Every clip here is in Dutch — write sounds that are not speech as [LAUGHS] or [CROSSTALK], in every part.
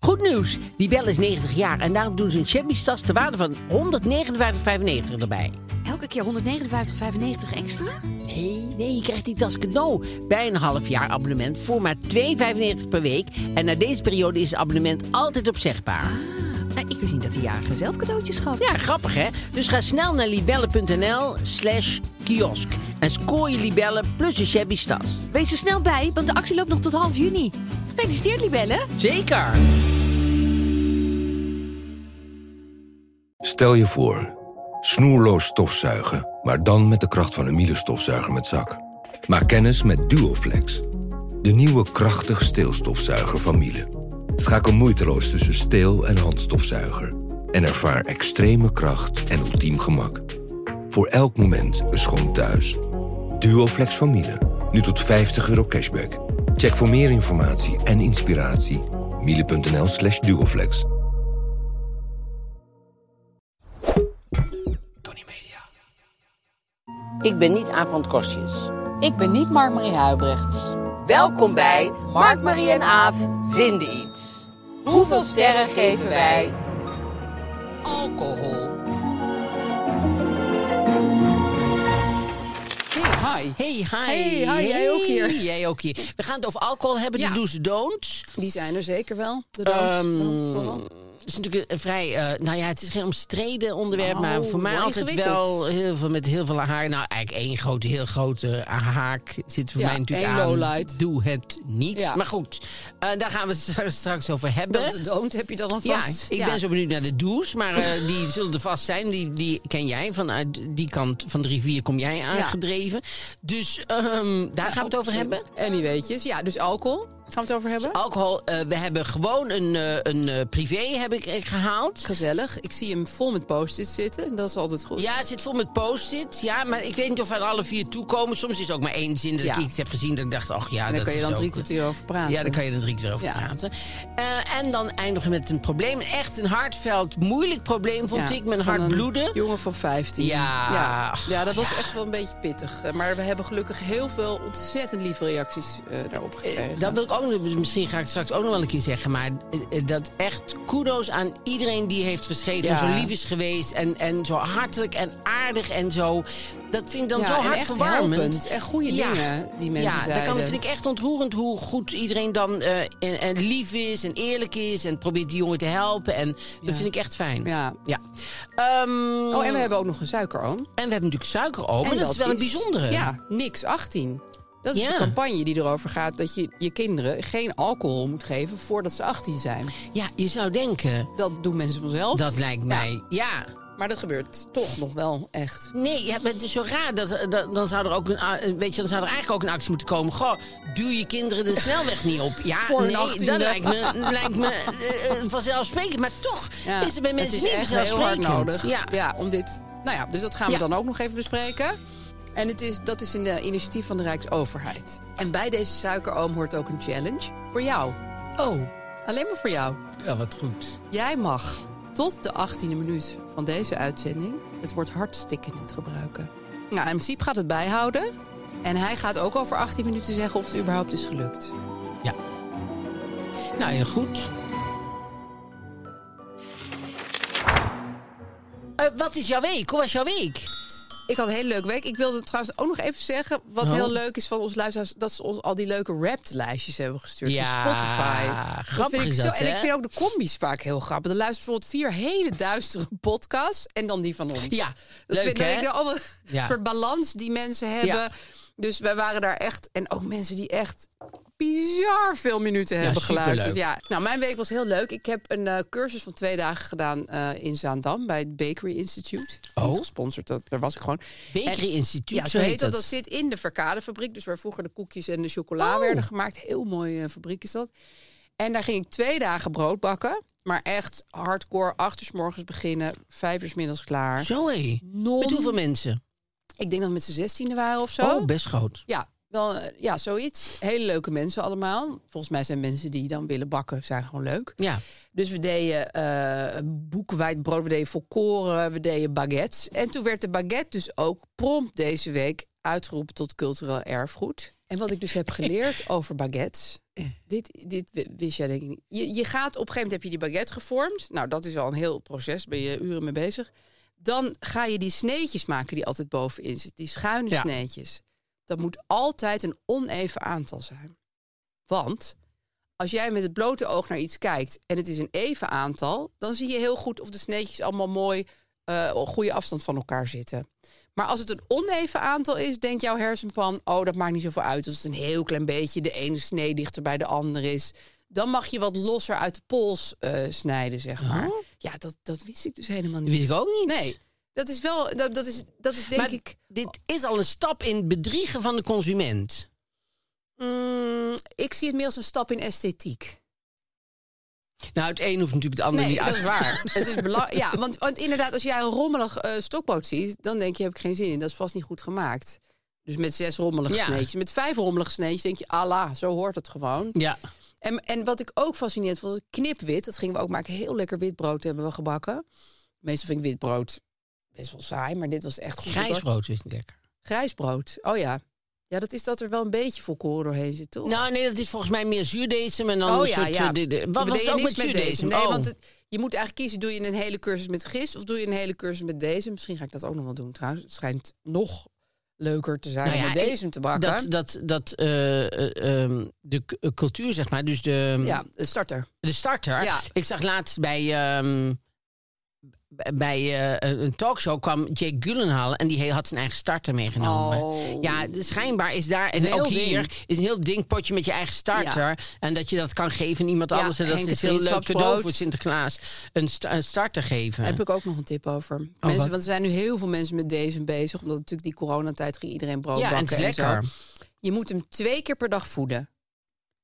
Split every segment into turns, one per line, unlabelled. Goed nieuws. Die bel is 90 jaar en daarom doen ze een Chemie tas ter waarde van 159,95 erbij.
Elke keer 159,95 extra?
Nee, nee, je krijgt die tas cadeau bij een half jaar abonnement voor maar 2,95 per week. En na deze periode is het abonnement altijd opzegbaar.
Nou, ik wist niet dat de jarige zelf cadeautjes gaf.
Ja, grappig hè? Dus ga snel naar libellen.nl slash kiosk en scoor je libellen plus een shabby tas.
Wees er snel bij, want de actie loopt nog tot half juni. Gefeliciteerd, Libelle.
Zeker!
Stel je voor, snoerloos stofzuigen, maar dan met de kracht van een Miele stofzuiger met zak. Maak kennis met Duoflex, de nieuwe krachtig steelstofzuiger van Miele. Schakel moeiteloos tussen steel- en handstofzuiger en ervaar extreme kracht en ultiem gemak. Voor elk moment een schoon thuis. Duoflex van Miele, nu tot 50 euro cashback. Check voor meer informatie en inspiratie miele.nl slash duoflex.
Ik ben niet Aap Kostjes.
Ik ben niet Mark-Marie Huibrechts.
Welkom bij Mark, Marie en Aaf vinden iets. Hoeveel sterren geven wij? Alcohol.
Hey, hi.
Hey, hi.
Hey, hi, jij ook hier.
Jij ook hier. We gaan het over alcohol hebben,
Ja.
die do's en don'ts.
Die zijn er zeker wel. De doos.
Ehm,
Oh,
Het is natuurlijk een vrij, eh, nou ja, het is geen omstreden onderwerp, maar
Oh,
voor mij
wel
altijd
ingewikkeld.
wel heel veel met heel veel haar. Nou, eigenlijk één grote, heel grote haak zit voor
Ja,
mij natuurlijk
één
aan.
lowlight.
Doe het niet.
Ja.
Maar goed, eh, daar gaan we het [LAUGHS] straks over hebben.
Dat is de don't, heb je dan
Ja,
alvast.
ik ben zo benieuwd naar de do's, maar eh, die [LAUGHS] zullen er vast zijn. Die, die ken jij, vanuit die kant van de rivier kom jij aangedreven. Dus ehm, daar gaan we het over hebben.
Anyway'tjes. Ja, dus alcohol. Gaan we het over hebben?
Alcohol, eh, we hebben gewoon een, eh, een eh, privé heb ik, eh, gehaald.
Gezellig. Ik zie hem vol met post-its zitten. Dat is altijd goed.
Ja, het zit vol met post-its. Ja, maar ik weet niet of we aan alle vier toekomen. Soms is het ook maar één zin dat
Ja.
ik iets heb gezien dat ik dacht, ach ja,
en
dat
daar kan je
is
dan drie
ook-
kwartier over praten.
Ja, daar kan je dan drie keer over
Ja.
praten. Eh, en dan eindigen we met een probleem. Echt een hartveld, moeilijk probleem vond
Ja,
ik. Mijn
van
hart
een
bloedde.
jongen van 15.
Ja.
ja.
Ach,
Ja, dat was echt wel een beetje pittig. Eh, Maar we hebben gelukkig heel veel ontzettend lieve reacties eh, daarop gekregen.
Dat wil ik ook, nog- misschien ga ik straks ook nog wel een keer zeggen, maar eh, eh, dat echt kudos aan iedereen die heeft geschreven en
Ja.
zo lief is geweest en, en zo hartelijk en aardig en zo. Dat vind ik dan
Ja,
zo
en echt
hartverwarmend.
helpend. Echt goede dingen die mensen
ja, dat kan,
zeiden.
vind ik echt ontroerend hoe goed iedereen dan eh, en, en lief is en eerlijk is en probeert die jongen te helpen en dat vind ik echt fijn.
Ja.
ja. Ehm,
Oh, en we hebben ook nog een suikeroom.
en we hebben natuurlijk suikeroom en, dat, is wel een bijzondere.
Oh, Ja, niks 18. Dat is
Ja.
de campagne die erover gaat dat je je kinderen geen alcohol moet geven voordat ze 18 zijn.
ja, je zou denken,
Dat doen mensen vanzelf.
dat lijkt
Ja,
mij, ja.
maar dat gebeurt toch nog wel echt.
Nee, ja, maar het is zo raar. Dat, dat- dan, zou er ook een, a- weet je, dan zou er eigenlijk ook een actie moeten komen. Goh, duw je kinderen de snelweg niet op. Ja,
Voor hun
nee, dat
18e.
lijkt [LAUGHS] me, lijkt me eh, eh, vanzelfsprekend. Maar toch
Ja,
is het bij mensen
het
niet
is echt heel hard
vanzelfsprekend.
nodig.
Ja.
om dit. Nou ja, dus dat gaan we
Ja.
dan ook nog even bespreken. En het is, dat is een eh, initiatief van de Rijksoverheid. En bij deze suikeroom hoort ook een challenge voor jou.
Oh,
Alleen maar voor jou.
ja, wat goed.
Jij mag tot de 18e minuut van deze uitzending het woord hartstikken niet gebruiken. Nou, in principe gaat het bijhouden. En hij gaat ook over 18 minuten zeggen of het überhaupt is gelukt.
Ja. Nou, heel goed. Eh, wat is jouw week? Hoe was jouw week?
Ik had een hele leuke week. Ik wilde trouwens ook nog even zeggen... wat
Oh.
heel leuk is van ons luisteraars... dat ze ons al die leuke raplijstjes hebben gestuurd
Ja,
van Spotify.
grappig
vind ik
is dat,
En ik
hè?
vind ook de combi's vaak heel grappig. Er luisteren bijvoorbeeld vier hele duistere podcasts... en dan die van ons.
Ja,
dat
leuk,
vind ik-
hè?
ik. Oh, wat-
Ja.
Een soort balans die mensen hebben.
Ja.
Dus wij waren daar echt... en ook mensen die echt bizar veel minuten hebben geluisterd.
superleuk.
Ja, nou, mijn week was heel leuk. Ik heb een eh, cursus van twee dagen gedaan eh, in Zaandam... bij het Bakery Institute.
Oh.
Niet gesponsord, dat, daar was ik gewoon.
Bakery
En-
Instituut,
Ja, zo heet dat. Dat zit in de verkadefabriek. Dus waar vroeger de koekjes en de chocola
Oh.
werden gemaakt. Heel mooie eh, fabriek is dat. En daar ging ik twee dagen brood bakken. Maar echt hardcore. Acht uur 's morgens beginnen. Vijf uur 's middags klaar.
Zo, hé.
Non-
Met hoeveel mensen?
Ik denk dat we met z'n zestiende waren of zo.
Oh, best groot.
Ja, wel, eh, ja, zoiets. Hele leuke mensen allemaal. Volgens mij zijn mensen die dan willen bakken, zijn gewoon leuk.
Ja.
Dus we deden eh boekwijd brood, we deden volkoren, we deden baguettes. En toen werd de baguette dus ook prompt deze week uitgeroepen tot cultureel erfgoed. En wat ik dus heb geleerd over baguettes. Dit, dit w- wist jij denk ik niet. Je, je gaat op een gegeven moment heb je die baguette gevormd. Nou, dat is al een heel proces. Ben je uren mee bezig. Dan ga je die sneetjes maken die altijd bovenin zitten. Die schuine
Ja.
sneetjes. Dat moet altijd een oneven aantal zijn. Want als jij met het blote oog naar iets kijkt en het is een even aantal, dan zie je heel goed of de sneetjes allemaal mooi eh, op goede afstand van elkaar zitten. Maar als het een oneven aantal is, denkt jouw hersenpan: oh, dat maakt niet zoveel uit. Als het een heel klein beetje de ene snee dichter bij de andere is, dan mag je wat losser uit de pols eh, snijden, zeg maar. Ja, dat, dat wist ik dus helemaal niet.
Dat wist ik ook niet.
Nee, dat is wel, dat, dat, is, dat is denk
maar
ik.
dit is al een stap in het bedriegen van de consument.
Mm, ik zie het meer als een stap in esthetiek.
Nou, het een hoeft natuurlijk het ander niet uit.
dat is waar. [LAUGHS] het is belang- ja, want, want inderdaad, als jij een rommelig eh, stokboot ziet, dan denk je, heb ik geen zin in. Dat is vast niet goed gemaakt. Dus met zes rommelige
Ja.
sneetjes. Met vijf rommelige sneetjes denk je, Allah, zo hoort het gewoon.
Ja.
En, en wat ik ook fascinerend vond, knipwit. Dat gingen we ook maken. Heel lekker wit brood hebben we gebakken. Meestal vind ik wit brood best wel saai, maar dit was echt goed.
Grijs
gebakken.
brood is niet lekker.
Grijs brood. Oh ja. Ja, dat is dat er wel een beetje volkoren doorheen zit, toch? Oh
Nou, nee, dat is volgens mij meer zuurdesem en dan een soort... eh, de- de- wat
We
was het
deden
ook met
niks
zuurdesem?
Nee,
Oh.
want het- je moet eigenlijk kiezen: doe je een hele cursus met gist of doe je een hele cursus met deze? Misschien ga ik dat ook nog wel doen trouwens. Het schijnt nog leuker te zijn
Nou
om
ja,
met deze te
dat,
bakken.
dat, dat eh, eh, ehm, de k- eh, cultuur, zeg maar, dus de,
ja, een starter.
de starter.
Ja.
Ik zag laatst bij, ehm, b- bij eh, een talkshow kwam Jake Gyllenhaal... en die he- had zijn eigen starter meegenomen.
Oh.
Ja, de- schijnbaar is daar,
Is
en
een
ook
heel ding.
hier, is een heel ding potje met je eigen starter. En dat je dat kan geven aan iemand
Ja,
anders. En dat
Henk
is heel
het
leuk cadeau
vriendschapsbrood.
voor Sinterklaas. Een, sta- een starter geven.
Daar heb ik ook nog een tip over. mensen,
Oh, wat?
want er zijn nu heel veel mensen met deze bezig. Omdat natuurlijk die coronatijd ging iedereen brood
ja, en het
bakken.
is
en
lekker.
zo. Je moet hem twee keer per dag voeden.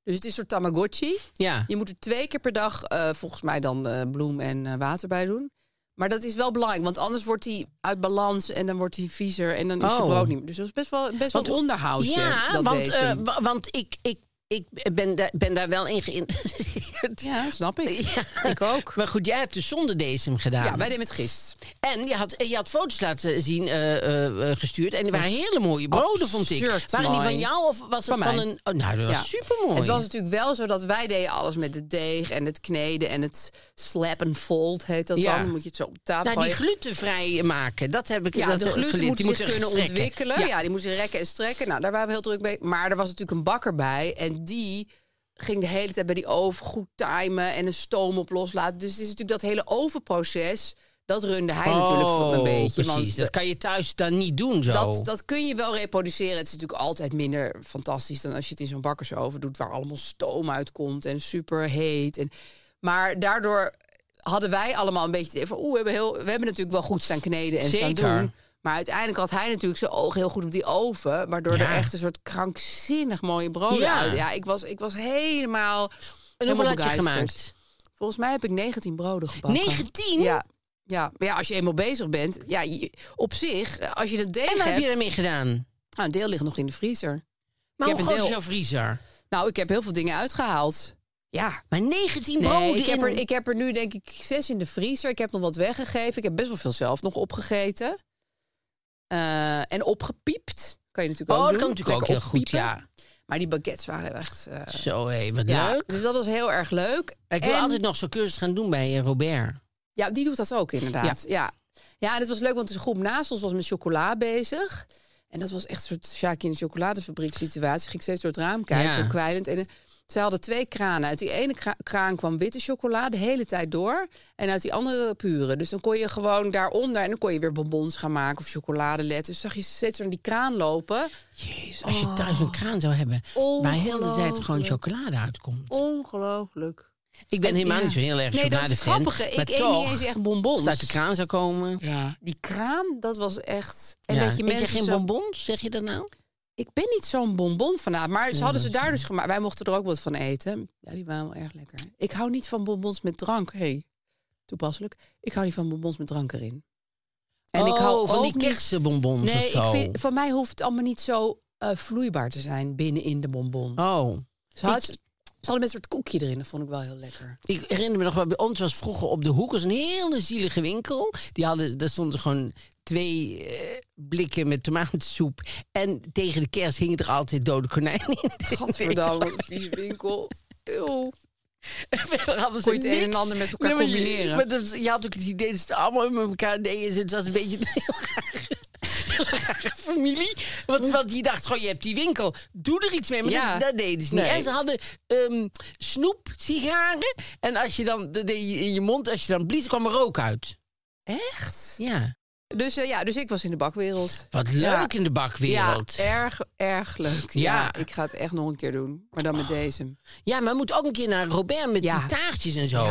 Dus het is een soort tamagotchi.
Ja.
Je moet er twee keer per dag eh, volgens mij dan eh, bloem en eh, water bij doen. Maar dat is wel belangrijk, want anders wordt hij uit balans en dan wordt hij viezer en dan is je
Oh.
brood niet meer. Dus dat is best wel, best wel
Want-
onderhoud.
Ja,
dat
want,
deze.
eh, wa- want ik, ik, ik ben, da- ben daar wel in geïnteresseerd.
ja, snap ik.
[LAUGHS] Ja.
Ik ook.
[LAUGHS] Maar goed, jij hebt dus zonder decem gedaan.
Ja, wij deden het gist.
En je had, je had foto's laten zien eh, eh, eh, gestuurd. En die waren hele mooie broden, vond ik.
absurd
Waren die
mooi.
van jou of was het
Van
van,
mij.
een... Oh, nou, dat was
Ja.
supermooi.
Het was natuurlijk wel zo dat wij deden alles met de deeg en het kneden en het slap en fold heet dat
Ja.
dan. Dan moet je het zo op tafel
Nou, die
gooien.
glutenvrij maken, dat heb ik
Ja,
dat
de
heb ik
gluten
geleerd.
moet
Die
zich
moeten
kunnen
strekken.
ontwikkelen.
Ja.
Ja. die moest zich rekken en strekken. Nou, daar waren we heel druk mee. Maar er was natuurlijk een bakker bij. En die ging de hele tijd bij die oven goed timen en een stoom op loslaten. Dus het is natuurlijk dat hele ovenproces, dat runde hij natuurlijk voor een
Oh,
beetje.
Precies,
want
dat kan je thuis dan niet doen zo.
dat, dat kun je wel reproduceren. Het is natuurlijk altijd minder fantastisch dan als je het in zo'n bakkersoven doet... waar allemaal stoom uitkomt en super heet. En, maar daardoor hadden wij allemaal een beetje... het idee van, Oeh, we, hebben heel, we hebben natuurlijk wel goed staan kneden en
Zeker.
staan doen. Maar uiteindelijk had hij natuurlijk zijn oog heel goed op die oven... waardoor
Ja.
er echt een soort krankzinnig mooie brood
Ja.
uit... Ja, ik was, ik was helemaal...
en hoeveel had je
helemaal begeisterd.
gemaakt?
Volgens mij heb ik 19 broden gebakken.
19?
Ja. Ja, maar ja, als je eenmaal bezig bent, ja, je- op zich, als je dat deeg
En wat
hebt...
heb je ermee gedaan?
Nou, een deel ligt nog in de vriezer.
Maar
Ik
hoe
heb een
groot
deel-
is jouw vriezer?
Nou, ik heb heel veel dingen uitgehaald. Ja.
Maar 19
Nee,
broden
ik, heb
in-
er, ik heb er nu denk ik zes in de vriezer. Ik heb nog wat weggegeven. Ik heb best wel veel zelf nog opgegeten. Eh, en opgepiept. Kan je natuurlijk
Oh,
ook
dat
doen.
kan natuurlijk ook
Lekker
heel goed,
oppiepen.
ja.
Maar die baguettes waren echt... eh,
Zo, hé, wat
ja,
leuk.
Dus dat was heel erg leuk.
Ik wil
En-
altijd nog zo'n cursus gaan doen bij eh, Robert.
Ja, die doet dat ook inderdaad. Ja, ja. en het was leuk, want de groep naast ons was met chocola bezig. En dat was echt een soort Sjaakje in de chocoladefabriek situatie. Ging ik steeds door het raam kijken,
Ja.
zo kwijlend. En eh, zij hadden twee kranen. Uit die ene kra- kraan kwam witte chocola de hele tijd door. En uit die andere pure. Dus dan kon je gewoon daaronder... en dan kon je weer bonbons gaan maken of chocoladeletters. Dus zag je ze steeds door die kraan lopen.
Jezus, als je thuis een kraan zou hebben... waar heel de tijd gewoon chocolade uitkomt.
Ongelooflijk.
Ik ben helemaal
ja.
niet zo heel erg
Nee, dat is het
chocoladefan,
grappige.
maar
Ik eet
toch,
niet eens echt
als
bonbons.
het uit de kraan zou komen...
Ja, die kraan, dat was echt... En
Ja.
dat je
Eet
mensen
geen
zo-
bonbons, zeg je dat nou?
Ik ben niet zo'n bonbon vanavond, maar ze hadden ze daar dus gemaakt. Wij mochten er ook wat van eten. Ja, die waren wel erg lekker. Ik hou niet van bonbons met drank. hey, toepasselijk. Ik hou niet van bonbons met drank erin.
oh, van
ook
die
niet-
kersenbonbons
Nee,
of zo.
Ik vind, van mij hoeft het allemaal niet zo eh, vloeibaar te zijn binnen in de bonbon.
Oh.
Ze had- Ze hadden met een soort koekje erin, dat vond ik wel heel lekker.
Ik herinner me nog wel, bij ons was vroeger op de hoek was een hele zielige winkel. Die hadden, daar stonden gewoon twee eh, blikken met tomatensoep. En tegen de kerst hingen er altijd dode konijnen in.
[LAUGHS] Gadverdamme, wat een vieze winkel. Eeuw.
Verder hadden ze
Kon je het een en
niks.
ander met elkaar
maar je-
combineren.
Maar dat- je had ook het idee dat ze het allemaal met elkaar deden. Dus het was een beetje een heel rare- heel rare familie. Want, want je dacht gewoon, je hebt die winkel. Doe er iets mee. Maar
Ja.
dat, dat deden ze niet.
Nee.
En ze hadden ehm, snoep, sigaren. En als je dan, dat deed je in je mond. Als je dan blies, kwam er rook uit.
Echt?
Ja.
Dus, eh, ja, dus ik was in de bakwereld.
Wat leuk
Ja.
in de bakwereld.
Ja, erg, erg leuk. Ja.
Ja.
ik ga het echt nog een keer doen. Maar dan met deze.
Ja, maar moet ook een keer naar Robert met
Ja.
die taartjes en zo.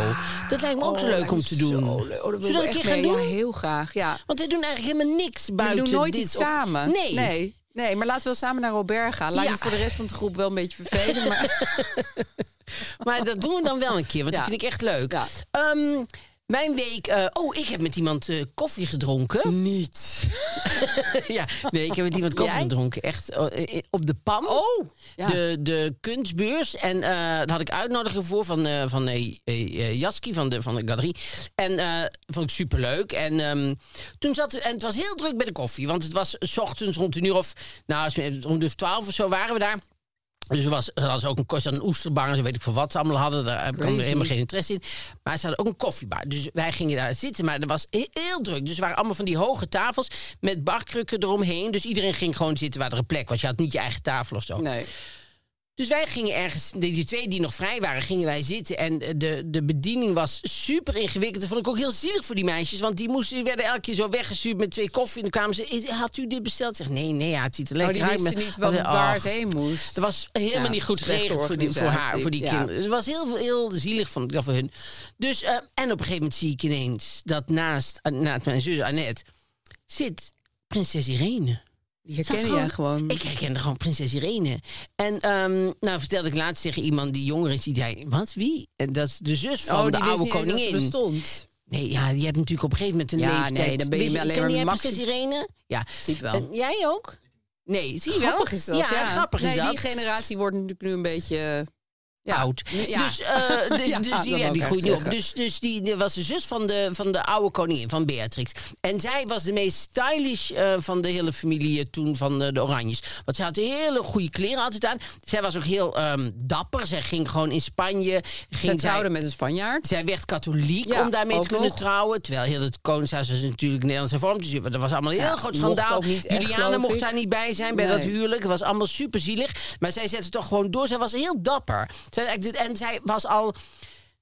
Dat lijkt me ook zo
Oh,
leuk om te doen.
Zo leuk. Oh, dat wil
Zullen
ik
we een
echt
keer gaan
mee.
doen?
Ja, heel graag. Ja.
Want we doen eigenlijk helemaal niks
We
buiten
doen nooit
dit
iets
op-
samen.
Nee.
nee. Nee, maar laten we wel samen naar Robert gaan. Laat
Ja.
je voor de rest van de groep wel een beetje vervelen.
[LAUGHS]
Maar
maar dat doen we dan wel een keer, want
Ja.
dat vind ik echt leuk.
Ja.
Ehm, mijn week... eh, oh, ik heb met iemand eh, koffie gedronken.
niet.
[LAUGHS] ja, nee, ik heb met iemand koffie
Mm. [LAUGHS] Jij?
gedronken. Echt eh, eh, op de PAM.
Oh, ja.
De, de kunstbeurs. En eh, daar had ik uitnodiging voor van, eh, van eh, eh, Jaski van de, van de galerie. En eh, vond ik superleuk. En ehm, toen zat en het was heel druk bij de koffie. Want het was 's ochtends rond een uur of... Nou, als we- rond een uur of twaalf of zo waren we daar. Dus er was, er was ook een, kost een oesterbang en zo weet ik veel wat ze allemaal hadden. Daar heb ik
Crazy.
helemaal geen interesse in. Maar ze hadden ook een koffiebar. Dus wij gingen daar zitten, maar dat was he- heel druk. Dus er waren allemaal van die hoge tafels met barkrukken eromheen. Dus iedereen ging gewoon zitten waar er een plek was. Je had niet je eigen tafel of zo.
Nee.
Dus wij gingen ergens, die die twee die nog vrij waren, gingen wij zitten. En eh, de, de bediening was super ingewikkeld. Dat vond ik ook heel zielig voor die meisjes. Want die, moesten, die werden elke keer zo weggestuurd met twee koffie. En dan kwamen ze, "Is- had u dit besteld? Ik zeg, nee, nee, ja, het ziet er
Nou,
lekker
die
uit.
wisten
maar-
niet wat,
Ach,
waar het heen moest.
dat was helemaal
Ja,
niet goed
slechte
geregeld voor, die, voor haar,
organisatie,
voor die
ja.
kinderen. Dus het was heel, heel zielig vond ik dat voor hun. Dus, eh, en op een gegeven moment zie ik ineens dat naast, eh, naast mijn zus Annette zit prinses Irene.
Die
Zat
herken jij gewoon.
Ik herkende gewoon prinses Irene. En ehm, nou vertelde ik laatst tegen iemand die jonger is, die zei, wat, wie? En dat is de zus van
oh, die
de
wist
oude
niet eens dat ze
koningin.
bestond.
Nee, ja, je hebt natuurlijk op een gegeven moment een
Ja,
leeftijd.
nee, dan ben je
Weet
alleen
ken
maar
jij
maxi-
prinses Irene? Ja.
Ziet wel.
En jij ook? Nee, zie je wel?
Grappig is dat, ja.
Ja, grappig
nee,
is dat
die generatie wordt natuurlijk nu een beetje... eh, ja.
oud.
Nu- ja.
[LAUGHS] Dus, eh, de-
Ja,
dus
dat
die,
wou
ja,
ik
die
echt
groeit niet op.
zeggen.
Dus, dus die, die was de zus van de, van de oude koningin, van Beatrix. En zij was de meest stylish eh, van de hele familie eh, toen van eh, de Oranjes. Want ze had hele goede kleren altijd aan. Zij was ook heel ehm, dapper. Zij ging gewoon in Spanje.
Ze
Ging zij,
trouwden met een Spanjaard.
zij werd katholiek
Ja,
om daarmee te
ook
kunnen
nog.
trouwen. Terwijl heel het koningshuis was natuurlijk Nederlands hervormd. Dus dat was allemaal een heel
Ja,
groot
mocht
schandaal.
ook niet echt,
Juliana
geloof
mocht
ik.
daar niet bij zijn bij
Nee.
dat huwelijk. Het was allemaal super zielig. Maar zij zette toch gewoon door. Zij was heel dapper. Zij, was echt- en zij was al...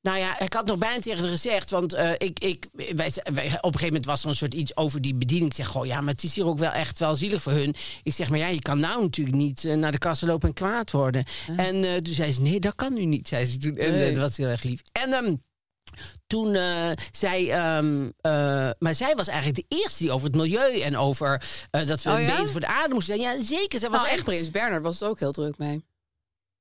Nou ja, ik had nog bijna tegen haar gezegd, want eh, ik, ik, wij, wij- op een gegeven moment was er een soort iets over die bediening. Ik zeg, goh, ja, maar het is hier ook wel echt wel zielig voor hun. Ik zeg, maar ja, je kan nou natuurlijk niet eh, naar de kassen lopen en kwaad worden. En eh, toen zei ze, nee, dat kan nu niet, zei ze toen. En
Nee.
eh, dat was heel erg lief. En ehm, toen eh, zij, ehm, eh, maar zij was eigenlijk de eerste die over het milieu en over eh, dat we
Oh ja?
beter voor de aarde moesten zijn. Ja, zeker. Zij was
Was echt
echt.
Prins Bernard was het ook heel druk mee.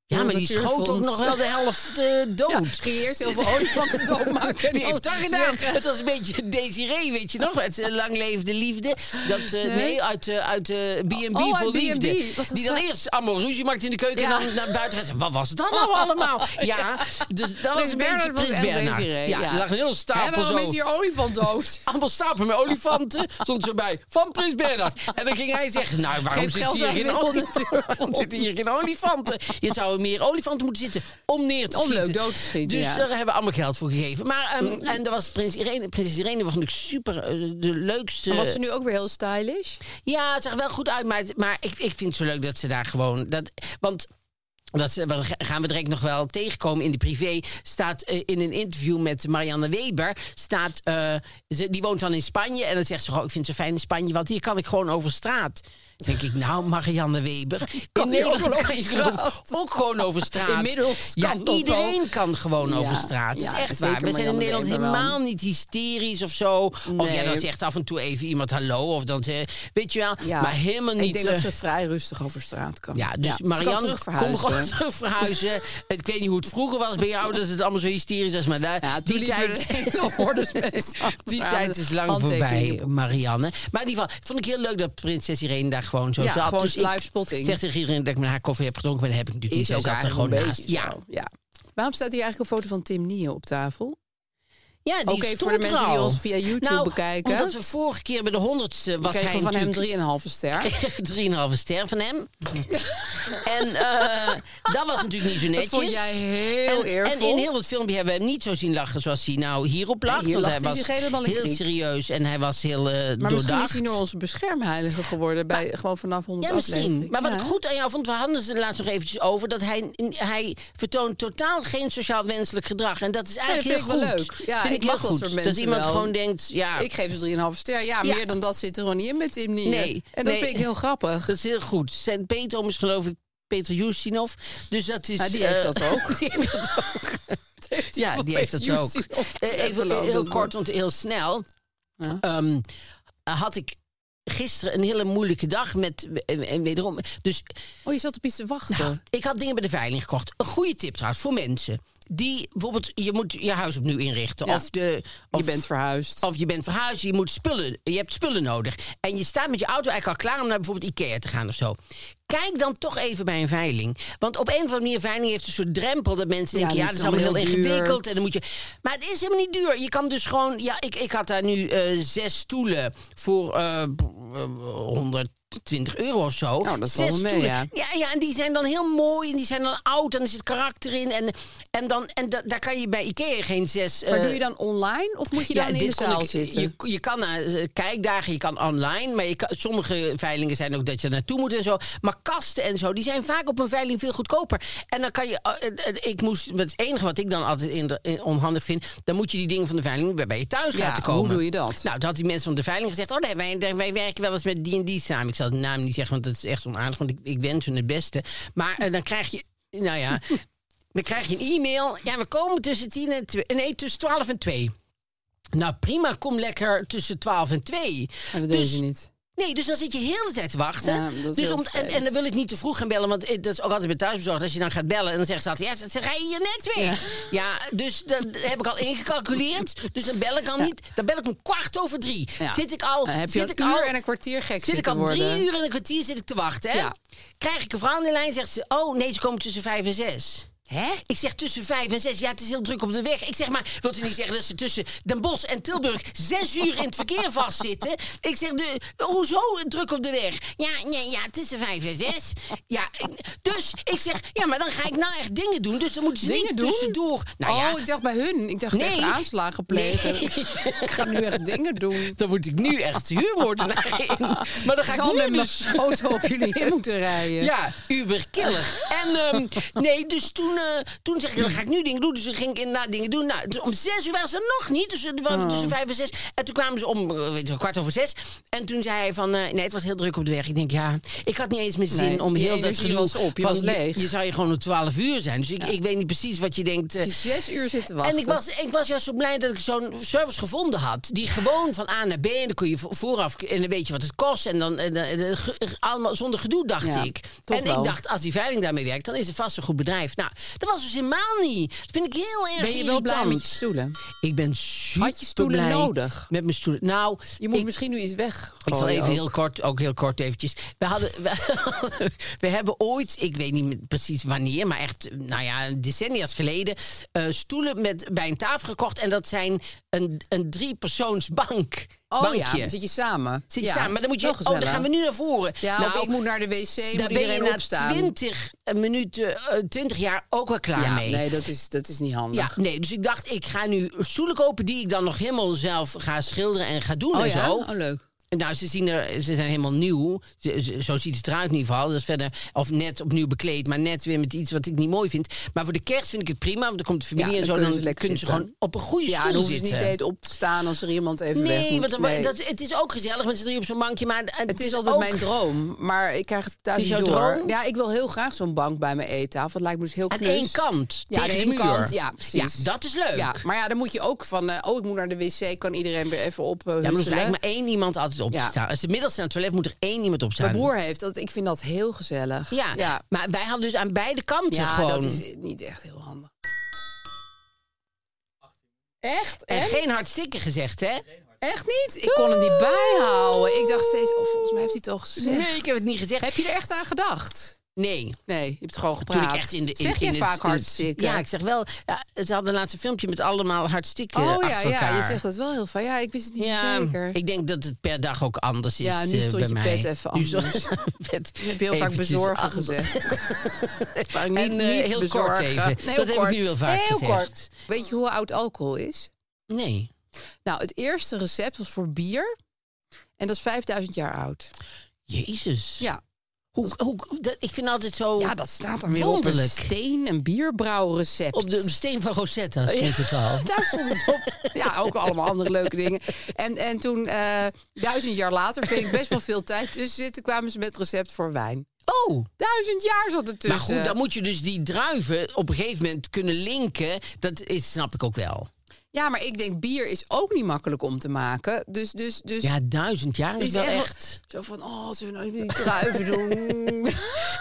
Ja, maar die
Natuurfonds.
schoot ook nog wel de helft eh, dood.
[LAUGHS] Ja, ze gingen Oh, eerst
[LAUGHS]
heel veel olifanten doodmaken.
Die heeft dat gedaan.
Zeggen.
Het was een beetje [LAUGHS] Desiree, weet je nog? Met eh, Lang leefde liefde. Dat, eh, nee? uit, eh, uit eh, B&B
Oh, uit
voor
B&B.
liefde.
Wat was
Die dan
dat?
eerst allemaal ruzie maakt in de keuken
Ja.
en dan naar buiten gaat. Wat was
[LAUGHS]
dat nou allemaal? Ja, dus dat was een beetje
Bernard was
Prins
echt
Bernard.
Desiree,
Ja,
ja.
er lag een heel
Hè,
stapel
waarom
zo.
is hier olifant
[LAUGHS]
dood?
Allemaal stapel met olifanten stond ze bij van Prins Bernard. En dan ging hij zeggen, nou waarom
Geef
zit
geld
hier
aan
geen
Wereld
olifanten? [LAUGHS] Waarom
Natuurfonds?
zitten hier geen olifanten? Je zou meer olifanten moeten zitten om neer te
Om leuk
schieten.
dood te schieten,
dus
ja. Mm.
daar hebben we allemaal geld voor gegeven. Maar ehm, en daar was Prins Irene, Prinses Irene was natuurlijk super eh, de leukste.
Maar was ze nu ook weer heel stylish?
Ja, het zag er wel goed uit, maar, het- maar ik, ik vind het zo leuk dat ze daar gewoon... Dat, want dat ze- dat gaan we direct nog wel tegenkomen in de privé. Staat eh, in een interview met Marianne Weber. Staat, eh, ze, die woont dan in Spanje. En dan zegt ze: "Goh, Ik vind het zo fijn in Spanje, want hier kan ik gewoon over straat. Dan denk ik, nou, Marianne
[LAUGHS]
Weber. In
je ook
Nederland
over
kan je geloof ik ook gewoon
[LAUGHS]
over straat.
Inmiddels
ja,
kan dat
iedereen kan gewoon
Ja,
over straat. Dat
ja,
is echt
zeker
waar. We zijn in
Marianne
Nederland
Weber wel.
helemaal niet hysterisch of zo. Of ja, dan
Nee.
zegt af en toe even iemand hallo. Of dan, ze- weet je wel, maar helemaal niet.
Ik denk
eh,
dat ze vrij rustig over straat kan.
ja, dus
Ze kan
Marianne,
terug
kom
verhuizen.
gewoon [LAUGHS] terug verhuizen. ik weet niet hoe het vroeger was bij jou, dat het allemaal zo hysterisch was. Maar daar,
Ja, [LAUGHS] toen
die,
liepen er
tijd,
hele hordes mensen achter
[LAUGHS] die
aan
tijd
de
is lang
handtekeningen.
voorbij, Marianne. Maar in ieder geval, vond ik heel leuk dat prinses Irene daar gewoon zo
Ja,
zat.
gewoon
dus ik
live spotting.
zeg tegen iedereen dat ik met haar koffie heb gedronken, maar dat heb ik natuurlijk
Is
niet.
ook
Ze zat er
eigenlijk
gewoon
een
naast.
beetje
Ja,
zo. Ja. Waarom staat hier eigenlijk een foto van Tim Nieuw op tafel?
Ja, die
Oké,
stond
voor de mensen
er
die
al.
ons via YouTube
nou,
bekijken.
Omdat we vorige keer bij de honderdste
We
was hij
kregen van hem
natuurlijk- [LAUGHS]
3,5 ster.
Drieënhalve ster van hem. en eh, dat was natuurlijk niet zo netjes.
vond jij heel
en,
eervol.
En in heel het filmpje hebben we hem niet zo zien lachen zoals hij nou hierop lacht.
hier
want
lacht
hij
hij
was
zich helemaal in
heel
kriek.
serieus en hij was heel eh
Maar misschien is
doordacht.
hij nu onze beschermheilige geworden bij, gewoon vanaf 100
ja, misschien.
afleveringen.
Maar wat
Ja.
ik goed aan jou vond, we hadden het er laatst nog eventjes over... dat hij, hij vertoont totaal geen sociaal wenselijk gedrag. En dat is eigenlijk
vind
heel
ik wel
goed.
leuk. Ja,
vind ik,
ik
heel
mag dat
goed.
soort mensen
iemand
wel.
gewoon denkt, ja,
Ik geef ze 3,5 ster. Ja,
Ja.
meer dan dat zit er gewoon niet in met Tim Nieuw.
Nee,
En dat
nee.
vind ik heel grappig.
dat is heel goed. Zijn Peter is geloof ik Peter Justinov. Dus dat is...
Nou, die heeft
eh,
dat
[LAUGHS]
ook.
die heeft dat
[LAUGHS]
Ja, die heeft dat ook. Eh, Even heel kort, want heel snel.
Ja.
Ehm, had ik gisteren een hele moeilijke dag met en, en wederom. Dus
Oh, je zat op iets te wachten.
nou, ik had dingen bij de veiling gekocht. Een goede tip trouwens voor mensen die bijvoorbeeld je moet je huis opnieuw inrichten
Ja.
of de of,
je bent verhuisd.
of je bent verhuisd, je moet spullen, je hebt spullen nodig en je staat met je auto eigenlijk al klaar om naar bijvoorbeeld Ikea te gaan of zo. Kijk dan toch even bij een veiling. Want op een of andere manier, veiling heeft een soort drempel... dat mensen denken,
en
ja,
het
dat is allemaal heel,
duur.
ingewikkeld. En dan moet je... Maar het is helemaal niet duur. Je kan dus gewoon... Ja, ik, ik had daar nu eh, zes stoelen voor eh, b- eh, 120 euro of zo.
Nou, dat valt
zes
wel mee,
stoelen.
ja.
Ja, ja, en die zijn dan heel mooi en die zijn dan oud en er zit karakter in. En, en, dan, en da- daar kan je bij Ikea geen zes...
maar
eh,
doe je dan online of moet je dan in de
dit kon
zaal
ik-
zitten?
Je, je kan naar eh, kijkdagen, je kan online. Maar je kan- sommige veilingen zijn ook dat je er naartoe moet en zo. Maar kasten en zo, die zijn vaak op een veiling veel goedkoper. En dan kan je... eh, eh, eh, ik moest, het enige wat ik dan altijd in de- in- onhandig vind... dan moet je die dingen van de veiling bij, bij je thuis
Ja,
laten komen.
hoe doe je dat?
Nou, dat had die mensen van de veiling gezegd... oh nee, wij, daar- wij werken wel eens met die en die samen. Ik zal de naam niet zeggen, want dat is echt onaardig. Want ik, ik wens hun het beste. Maar eh, dan krijg je... Nou
[LAUGHS]
ja... Dan krijg je een e-mail. Ja, we komen tussen 10 en 2. Nee, tussen 12 en 2. Nou prima, kom lekker tussen 12 en 2.
Maar Nou,
dus,
dat deden ze niet.
Nee, dus dan zit je heel de hele tijd te wachten.
Ja, dat is
dus
heel
en, en dan wil ik niet te vroeg gaan bellen, want eh, dat is ook altijd bij thuisbezorgd. Als je dan gaat bellen en dan zegt ze altijd, ja, ze, ze rijden hier net weg. Ja, dus dat heb ik al ingecalculeerd. Dus dan bel ik al niet. Dan bel ik om kwart over drie.
Ja.
Zit ik al...
Dan Nou, heb je
zit ik
een
al
uur en een kwartier gek
Zit ik
zitten
al
worden.
drie uur en een kwartier zit ik te wachten, hè?
Ja.
Krijg ik een vrouw aan de lijn, zegt ze... Oh, nee, ze komen tussen vijf en zes. Hè? Ik zeg tussen vijf en zes. Ja, het is heel druk op de weg. Ik zeg maar, wilt u niet zeggen dat ze tussen Den Bosch en Tilburg... zes uur in het
[LAUGHS]
verkeer vastzitten? Ik zeg, de, hoezo druk op de weg? Ja, ja, ja, tussen vijf en zes. Ja, ik- dus ik zeg... Ja, maar dan ga ik nou echt dingen doen. Dus dan moeten ze
Dingen
niet
doen?
tussendoor. Nou
oh,
ja,
ik dacht bij hun. Ik dacht
Nee.
echt aanslagen plegen.
Nee.
[LAUGHS] ik ga nu echt dingen doen.
dan moet ik nu echt [LAUGHS] huurmoordenaar in. Maar dan ga
Ik
ik
zal
nu
met mijn
dus-
auto op jullie in moeten rijden.
Ja,
[LAUGHS]
uberkiller. en ehm, nee, dus toen, eh, toen zeg ik, dan ga ik nu dingen doen. Dus toen ging ik inderdaad dingen doen. Nou, toen om zes uur waren ze er nog niet. Dus het
Oh.
was tussen vijf en zes. En toen kwamen ze om eh, weet je, wel, kwart over zes. En toen zei hij van, eh, nee, het was heel druk op de weg. Ik denk, ja, ik had niet eens meer zin
Nee,
om
je
heel dat
energie
gedoe...
was op, je
van,
was leeg.
Je, je zou je gewoon om twaalf uur zijn. Dus ik, ik weet niet precies wat je denkt. eh,
Die zes uur zitten wachten.
en ik was, ik was juist zo blij dat ik zo'n service gevonden had. Die gewoon van A naar B. En dan kun je vo- vooraf. En dan weet je wat het kost. En dan. En, dan- en dan- ge- ge- allemaal zonder gedoe, dacht
Ja,
ik.
toch
En
wel.
ik dacht, als die veiling daarmee werkt, dan is het vast een goed bedrijf. Nou, dat was dus helemaal niet. Dat vind ik heel erg
ben je wel blij
irritant.
met je stoelen?
Ik ben super
Had je stoelen
blij
nodig?
Met mijn stoelen. Nou,
Je moet
ik,
misschien nu iets weg.
ik zal even heel kort, ook heel kort eventjes. We hadden, [LAUGHS] we, we hebben ooit, ik weet niet meer precies wanneer, maar echt, nou ja, decennia's geleden, eh, stoelen met, bij een tafel gekocht. En dat zijn een, een driepersoonsbank.
Oh
bankje.
ja, dan zit je samen.
Zit je
ja.
samen. Maar dan moet je,
Wel
oh, dan
gezellig.
gaan we nu naar voren.
Ja,
nou,
of ik moet naar de wc,
daar
moet
ben je
iedereen
na
opstaan.
20 minuten, eh, 20 jaar ook wel klaar
ja,
mee.
nee, dat is, dat is niet handig.
Ja, nee, dus ik dacht, ik ga nu stoelen kopen die ik dan nog helemaal zelf ga schilderen en ga doen
Oh
en
ja?
zo.
Oh, leuk.
Nou, ze, zien er, ze zijn helemaal nieuw. Ze- ze- Zo ziet het eruit in ieder geval. Dat is verder, of net opnieuw bekleed, maar net weer met iets wat ik niet mooi vind. Maar voor de kerst vind ik het prima, want dan komt de familie
Ja,
en
dan
zo.
kunnen
Dan
ze lekker
kunnen ze
zitten.
gewoon op een goede
Ja, dan
stoel
hoeven ze niet
zitten.
de hele tijd op te staan als er iemand even weg
nee,
moet.
want dan-
Nee.
Dat, het is ook gezellig. Mensen drie op zo'n bankje. Maar
Het is altijd
ook-
mijn droom, maar ik krijg het thuis
Het is
niet
jouw
door.
droom?
Ja, ik wil heel graag zo'n bank bij mijn eettafel. Dat lijkt me dus heel
Aan
knus.
één kant.
Ja, aan
tegen de
één
muur.
kant. Ja, precies.
dat is leuk.
Ja, maar ja, dan moet je ook van, eh, oh, ik moet naar de wc, kan iedereen weer even op. eh,
Ja, maar er hoeft
husselen.
eigenlijk maar één iemand altijd op
Ja.
te staan. Als de middelste aan het toilet moet er één iemand op staan.
Mijn broer heeft dat. Ik vind dat heel gezellig.
Ja,
ja.
maar wij hadden dus aan beide kanten
Ja,
gewoon.
dat is niet echt heel handig. Echt?
En
En?
geen hartstikke gezegd, hè?
Echt niet? Ik kon het niet bijhouden. Ik dacht steeds, oh, volgens mij heeft hij het al gezegd.
Nee, ik heb het niet gezegd.
Heb je er echt aan gedacht?
Nee.
Nee, je hebt gewoon gepraat.
Toen ik echt in de. In,
zeg
in
je
het-
vaak
in het-
hartstikke?
Ja, ik zeg wel. Ja, ze hadden laatst een filmpje met allemaal hartstikke.
Oh
achter
ja,
elkaar.
ja, je zegt dat wel heel vaak. Ja, ik wist het niet
Ja,
meer zeker.
ik denk dat het per dag ook anders is.
Ja, nu
eh,
stond
bij
je
mij.
bed even
Nu stond
anders.
mijn bed
heb je [LAUGHS] heel vaak
eventjes
bezorgen
anders.
gezegd. [LAUGHS]
en,
niet-
eh,
niet
heel kort
bezorgen.
even.
Nee, heel
dat heb
kort.
ik nu heel vaak
Heel
gezegd.
kort. Weet je hoe oud alcohol
[LAUGHS]
is?
Nee.
Nou, het eerste recept was voor bier. En dat is 5000 jaar oud.
Jezus.
Ja. Oh,
Hoe, hoe, dat, ik vind altijd zo
Ja, dat staat dan weer op een
wonderlijk.
steen, een bierbrouwrecept.
Op de steen van Rosetta stond het
[LAUGHS]
al.
Daar stond het op. Ja, ook allemaal andere leuke dingen. En, en toen, eh, duizend jaar later, vind ik best wel veel tijd tussen zitten, kwamen ze met het recept voor wijn.
Oh.
Duizend jaar zat er tussen.
Maar goed, dan moet je dus die druiven op een gegeven moment kunnen linken. Dat is, snap ik ook wel.
Ja, maar ik denk, bier is ook niet makkelijk om te maken. Dus, dus, dus.
Ja, duizend jaar is
is
wel
echt wel-
echt.
Zo van, oh, zullen we nou even die druiven doen? [LAUGHS]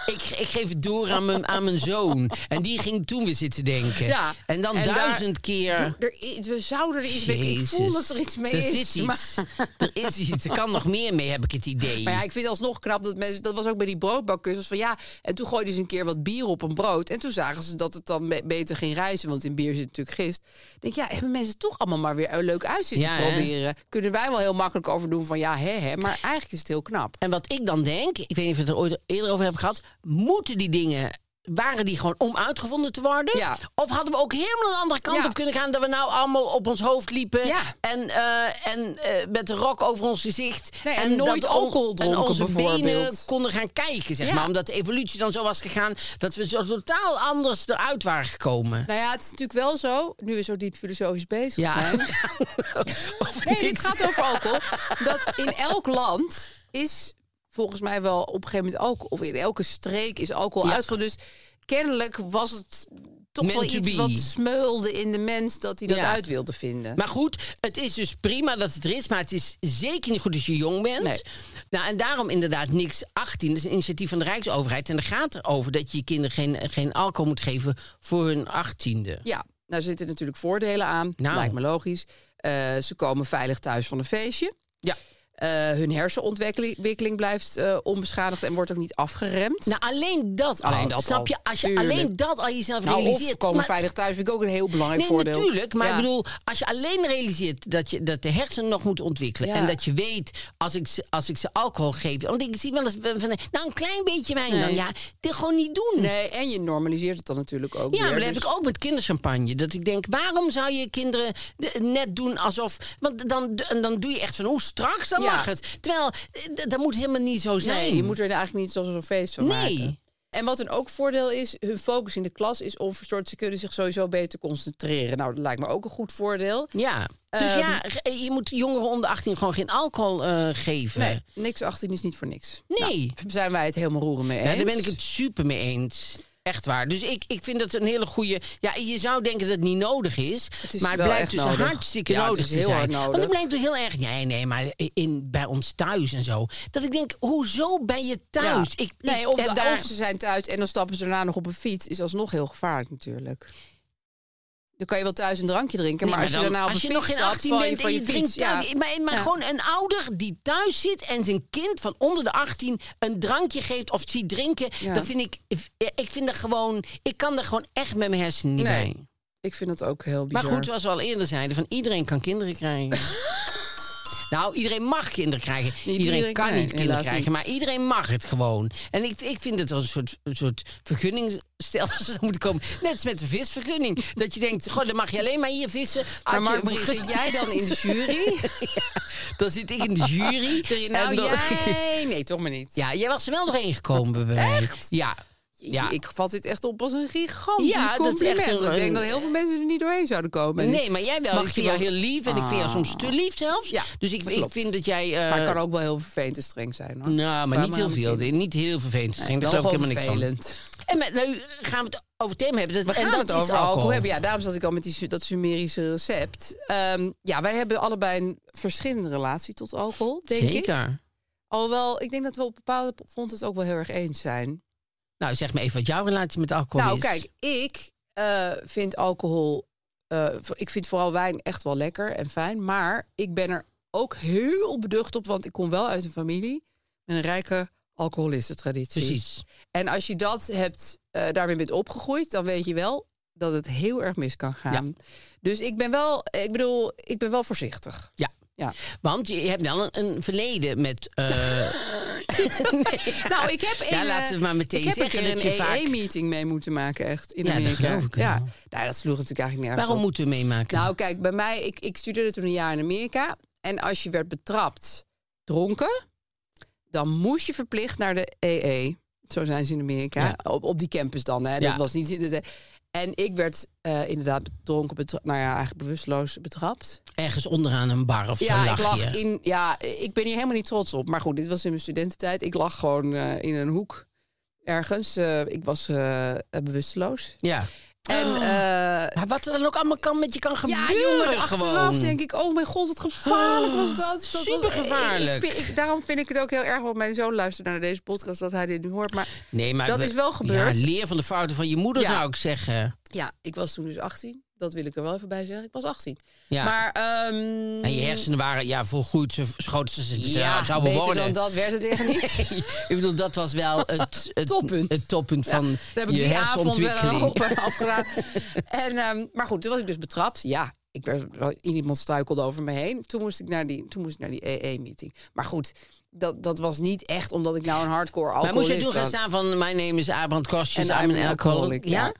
Ik, ik geef het door aan mijn, aan mijn zoon. En die ging toen weer zitten denken.
Ja.
En dan
En daar-
duizend keer.
Doe- Er, i- we zouden er iets mee... Ik voel
Jezus.
dat er iets mee
er
is.
Zit
maar-
iets. Er is iets. Er kan nog meer mee, heb ik het idee.
Maar ja, ik vind het alsnog knap dat mensen... Dat was ook bij die broodbakcursus van ja... En toen gooiden ze een keer wat bier op een brood. En toen zagen ze dat het dan be- beter ging rijzen. Want in bier zit natuurlijk gist. Ik denk ja, hebben mensen toch allemaal maar weer een leuk uit zitten
Ja, hè?
proberen. Kunnen wij wel heel makkelijk over doen van ja, hè, hè. Maar eigenlijk is het heel knap.
En wat ik dan denk, ik weet niet of we het er ooit eerder over hebben gehad, moeten die dingen. Waren die gewoon om uitgevonden te worden?
Ja.
Of hadden we ook helemaal een andere kant
Ja.
op kunnen gaan... dat we nou allemaal op ons hoofd liepen...
Ja.
en, eh, en eh, met de rok over ons gezicht...
Nee, en nooit
dat on-
alcohol dronken,
En onze benen
bijvoorbeeld.
konden gaan kijken, zeg
Ja.
maar. Omdat de evolutie dan zo was gegaan... dat we zo totaal anders eruit waren gekomen.
Nou ja, het is natuurlijk wel zo, nu we zo diep filosofisch bezig
Ja.
zijn.
[LAUGHS] Of
Nee, dit
niet?
gaat over alcohol. Dat in elk land is volgens mij wel op een gegeven moment alcohol. Of in elke streek is alcohol
Ja.
uitgevonden. Dus kennelijk was het toch
Meant
wel
to
iets
be.
wat smeulde in de mens dat hij dat
Ja.
uit wilde vinden.
Maar goed, het is dus prima dat het er is. Maar het is zeker niet goed als je jong bent.
Nee.
Nou, en daarom inderdaad niks 18. Dat is een initiatief van de Rijksoverheid. En daar gaat er over dat je je kinderen geen, geen alcohol moet geven voor hun 18e.
ja, nou zitten natuurlijk voordelen aan.
Nou.
Lijkt me logisch. Eh, ze komen veilig thuis van een feestje.
Ja.
Eh, hun hersenontwikkeling ontwikkeling blijft eh, onbeschadigd en wordt ook niet afgeremd.
Nou, alleen dat al.
Alleen dat
Snap
al.
je? Als je
Tuurlijk.
alleen dat al jezelf
nou, of ze
realiseert.
komen
Maar-
veilig thuis vind ik ook een heel belangrijk
Nee,
voordeel.
natuurlijk. Maar
Ja.
ik bedoel, als je alleen realiseert dat, je, dat de hersenen nog moeten ontwikkelen.
Ja.
En dat je weet, als ik, ze, als ik ze alcohol geef. Want ik zie wel eens van, nou een klein beetje wijn dan.
Nee.
Ja, dit gewoon niet doen.
Nee, en je normaliseert het dan natuurlijk ook
Ja, maar
weer.
dat
dus-
heb ik ook met kinderchampagne. Dat ik denk, waarom zou je kinderen de- net doen alsof... Want dan, en dan doe je echt van, hoe straks, dan
Ja.
mag het. Terwijl, eh, d- dat moet helemaal niet zo zijn.
Nee, je moet er eigenlijk niet zoals een feest van
Nee.
maken. En wat een ook voordeel is, hun focus in de klas is onverstoord. Ze kunnen zich sowieso beter concentreren. Nou, dat lijkt me ook een goed voordeel.
Ja, dus
Ehm,
ja, ge- je moet jongeren onder 18 gewoon geen alcohol eh, geven.
Nee, niks 18 is niet voor niks.
Nee.
Nou, zijn wij het helemaal roeren mee eens.
Ja, daar ben ik het super mee eens. Echt waar. Dus ik, ik vind dat een hele goede. Ja, je zou denken dat het niet nodig is.
is
maar het
wel
blijkt
echt
dus
nodig.
hartstikke
Ja, het
nodig
is
te
heel
zijn.
hard nodig.
Want het blijkt dus heel erg. Nee, nee, maar in, bij ons thuis en zo. Dat ik denk, hoezo ben je thuis? Ik,
nee,
ik
of,
heb
de-
daar-
of ze zijn thuis en dan stappen ze daarna nog op een fiets. Is alsnog heel gevaarlijk natuurlijk. Dan kan je wel thuis een drankje drinken,
Nee,
maar, als
dan-
je daarna op een
als je
fiets
nog geen
stapt,
18
val je
bent
van
en je
je fiets.
drinkt thuis.
ja.
Maar, maar
Ja.
gewoon een ouder die thuis zit en zijn kind van onder de 18 een drankje geeft of ziet drinken.
Ja.
Dan vind ik, ik vind dat gewoon, ik kan er gewoon echt met mijn hersenen niet
Nee,
bij.
Ik vind dat ook heel bizar.
Maar goed, zoals we al eerder zeiden, van iedereen kan kinderen
[LAUGHS]
krijgen. nou, iedereen mag kinderen krijgen. Iedereen,
iedereen
kan
kan,
niet kinderen
helaas
krijgen,
niet.
maar iedereen mag het gewoon. En ik, ik vind dat er een soort, een soort [LAUGHS] vergunningsstelsel zou moeten komen. Net als met de visvergunning. Dat je denkt, goh, dan mag je alleen maar hier vissen.
maar
Als je
Mark,
een
Marie,
vergunning-
zit jij dan in de [LAUGHS] jury?
Dan zit ik in de jury.
nou,
En dan-
jij... [LAUGHS] Nee, toch maar niet.
[LAUGHS] Ja, jij was er wel doorheen gekomen bij mij. Ja.
Ja.
Ja.
Ik vat dit echt op als een gigantisch
Ja, dat is
compliment.
echt een-
ik denk dat heel veel mensen er niet doorheen zouden komen. En
Nee,
ik-
maar jij wel.
Mag
ik
je
vind jou
wel- Ah.
heel lief en ik vind jou soms te lief zelfs.
Ja,
dus ik,
dat
ik
klopt.
vind dat jij... eh,
Maar het kan ook wel heel vervelend en streng zijn. Hoor.
Nou, maar
Vraag
niet
aan
heel
mijn
veel.
kind.
Niet heel vervelend.
Nee,
streng.
wel
Daar geloof ik
gewoon
helemaal niks van.
vervelend.
En met, nu gaan we het over het thema hebben. Dat,
We
en
gaan
dat
het
is
over alcohol. hebben. Ja, daarom zat ik al met die, Su- dat Sumerische recept. Ehm, ja, wij hebben allebei een verschillende relatie tot alcohol, denk ik.
Zeker.
Alhoewel, ik denk dat we op bepaalde fronten het ook wel heel erg eens zijn.
Nou, zeg me even wat jouw relatie met alcohol
nou,
is.
kijk, ik eh, vind alcohol. eh, v- ik vind vooral wijn echt wel lekker en fijn. Maar ik ben er ook heel beducht op, want ik kom wel uit een familie met een rijke Alcohol is de traditie.
Precies.
En als je dat hebt, eh, daarmee bent opgegroeid, dan weet je wel dat het heel erg mis kan gaan. Dus ik ben wel, ik bedoel, ik ben wel voorzichtig.
Ja. [LAUGHS]
Ja.
Want je hebt wel een, een verleden met. eh,
Nou, ik heb
Ja,
een,
laten we
eh,
maar meteen
ik heb
zeggen
een keer
dat
een
je vaak-
meeting mee moeten maken, echt in
Ja, dat
Amerika.
geloof ik
Ja,
wel.
nou, dat sloeg natuurlijk eigenlijk nergens
waarom
op.
moeten we meemaken?
Nou, kijk, bij mij, ik, ik studeerde toen een jaar in Amerika. En als je werd betrapt dronken, dan moest je verplicht naar de EE. Zo zijn ze in Amerika. Op, op die campus dan. Hè.
Ja.
Dat was niet in de. En ik werd eh, inderdaad dronken, betra- nou ja, eigenlijk bewusteloos betrapt.
Ergens onderaan een bar of zo.
Ja, ik
lag
lag
je.
in. Ja, ik ben hier helemaal niet trots op. Maar goed, dit was in mijn studententijd. Ik lag gewoon eh, in een hoek ergens. Eh, ik was eh, eh, bewusteloos.
Ja.
En
Oh.
eh,
Maar wat er dan ook allemaal kan met je kan gebeuren.
jongen, achteraf
gewoon. Oh,
denk ik, oh mijn god, wat gevaarlijk was dat. dat
Supergevaarlijk.
Was, ik- ik, vind- ik- daarom vind ik het ook heel erg, want mijn zoon luistert naar deze podcast, dat hij dit nu hoort. Maar
Nee, maar
dat
we-
is wel gebeurd.
Ja, leer van de fouten van je moeder
Ja.
zou ik zeggen.
ja, ik was toen dus 18. Dat wil ik er wel even bij zeggen. Ik was 18.
Ja.
Maar, ehm,
en je hersenen waren ja, volgroeid, ze schoten ze ze
ja,
zou
beter
bewonen.
dan dat werd het echt
[LAUGHS]
niet.
Ik bedoel, dat was
[LAUGHS]
wel het, het
Toppunt.
het toppunt van
Daar heb ik
je
die avond wel een
hersenontwikkeling.
hoop aan afgedaan. eh, [LAUGHS] en, ehm, maar goed, toen was ik dus betrapt. Ja, ik werd, wel- iemand struikelde over me heen. Toen moest ik naar die, toen moest ik naar die EE-meeting. Maar goed, dat, dat was niet echt omdat ik nou een hardcore
Maar moest je
alcoholist
toen gaan
was.
staan van... My name is Abraham Kostjes,
En
I'm
I'm
an
an
alcoholic.
alcoholic, ja.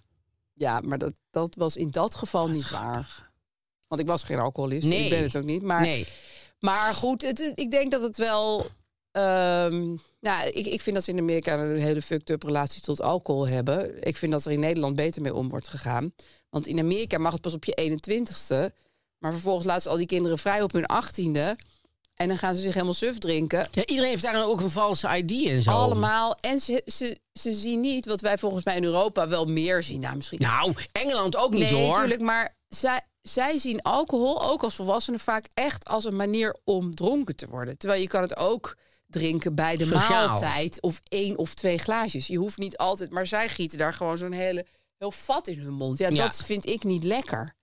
Ja, maar dat, dat was in dat geval niet waar. Want ik was geen alcoholist.
Nee.
Ik ben het ook niet. Maar,
Nee.
maar goed, het, het- ik denk dat het wel... ehm, nou, ik, ik vind dat ze in Amerika een hele fucked-up relatie tot alcohol hebben. Ik vind dat er in Nederland beter mee om wordt gegaan. Want in Amerika mag het pas op je 21ste. Maar vervolgens laten ze al die kinderen vrij op hun 18e. En dan gaan ze zich helemaal suf drinken.
Ja, iedereen heeft daar ook een valse ID en zo.
Allemaal. En ze, ze, ze zien niet wat wij volgens mij in Europa wel meer zien. Nou, misschien
Nou, Engeland ook niet
nee,
hoor.
natuurlijk, maar zij, zij zien alcohol, ook als volwassenen, vaak echt als een manier om dronken te worden. Terwijl je kan het ook drinken bij de
Sociaal.
maaltijd of één of twee glaasjes. Je hoeft niet altijd, maar zij gieten daar gewoon zo'n hele heel vat in hun mond. Ja,
Ja.
dat vind ik niet lekker.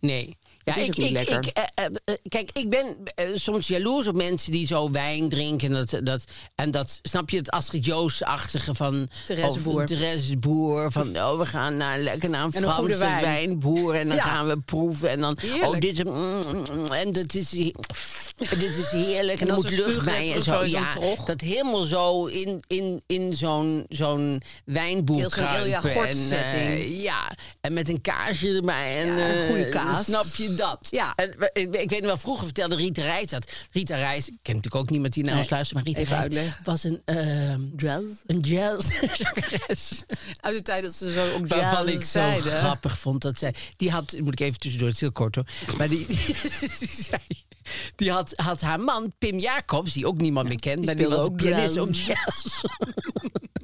Nee.
Het is ook niet lekker.
eh, eh, eh, kijk, ik ben eh, soms jaloers op mensen die zo wijn drinken. En dat, dat, en dat snap je het Astrid Joost-achtige van...
Therese
of
Boer.
Therese Boer. Van, oh, we gaan naar, lekker naar een
En een goede
Franse
wijn.
wijnboer. En dan
Ja.
gaan we proeven. En dan,
Heerlijk.
oh, dit is... mm, mm, mm, en dat is... he- [LAUGHS] Dit is heerlijk. En,
En
dan
dan
moet
zo'n
lucht bij
spuugletter
en
zo
zo.
in zo'n
Ja,
trog.
dat helemaal zo in, in, in zo'n zo'n wijnboer
Heel zo'n Ilja
kruipen.
Gort
En, eh,
setting.
ja, en met een kaarsje erbij. En,
Ja, een goede
eh,
kaas.
Snap je dat?
Ja.
En, we- ik, ik weet nog wel, vroeger vertelde Rita Reis dat. Rita Reis, ik ken natuurlijk ook niemand die naar
Nee,
ons luistert, maar Rita
even
Reis
uitleggen.
was een, ehm
Jazz.
een [LAUGHS] jazzzangeres.
Uit de tijd dat ze zo ook jazz
Waarvan ik zo
zeiden. [LAUGHS]
grappig vond dat zij. Die had, moet ik even tussendoor, het is heel kort hoor. Maar die, [LAUGHS] die, zei- die had, had haar man, Pim Jacobs, die ook niemand meer kent, maar die
speelde
was
ook
pianist,
jazz.
ook jazz.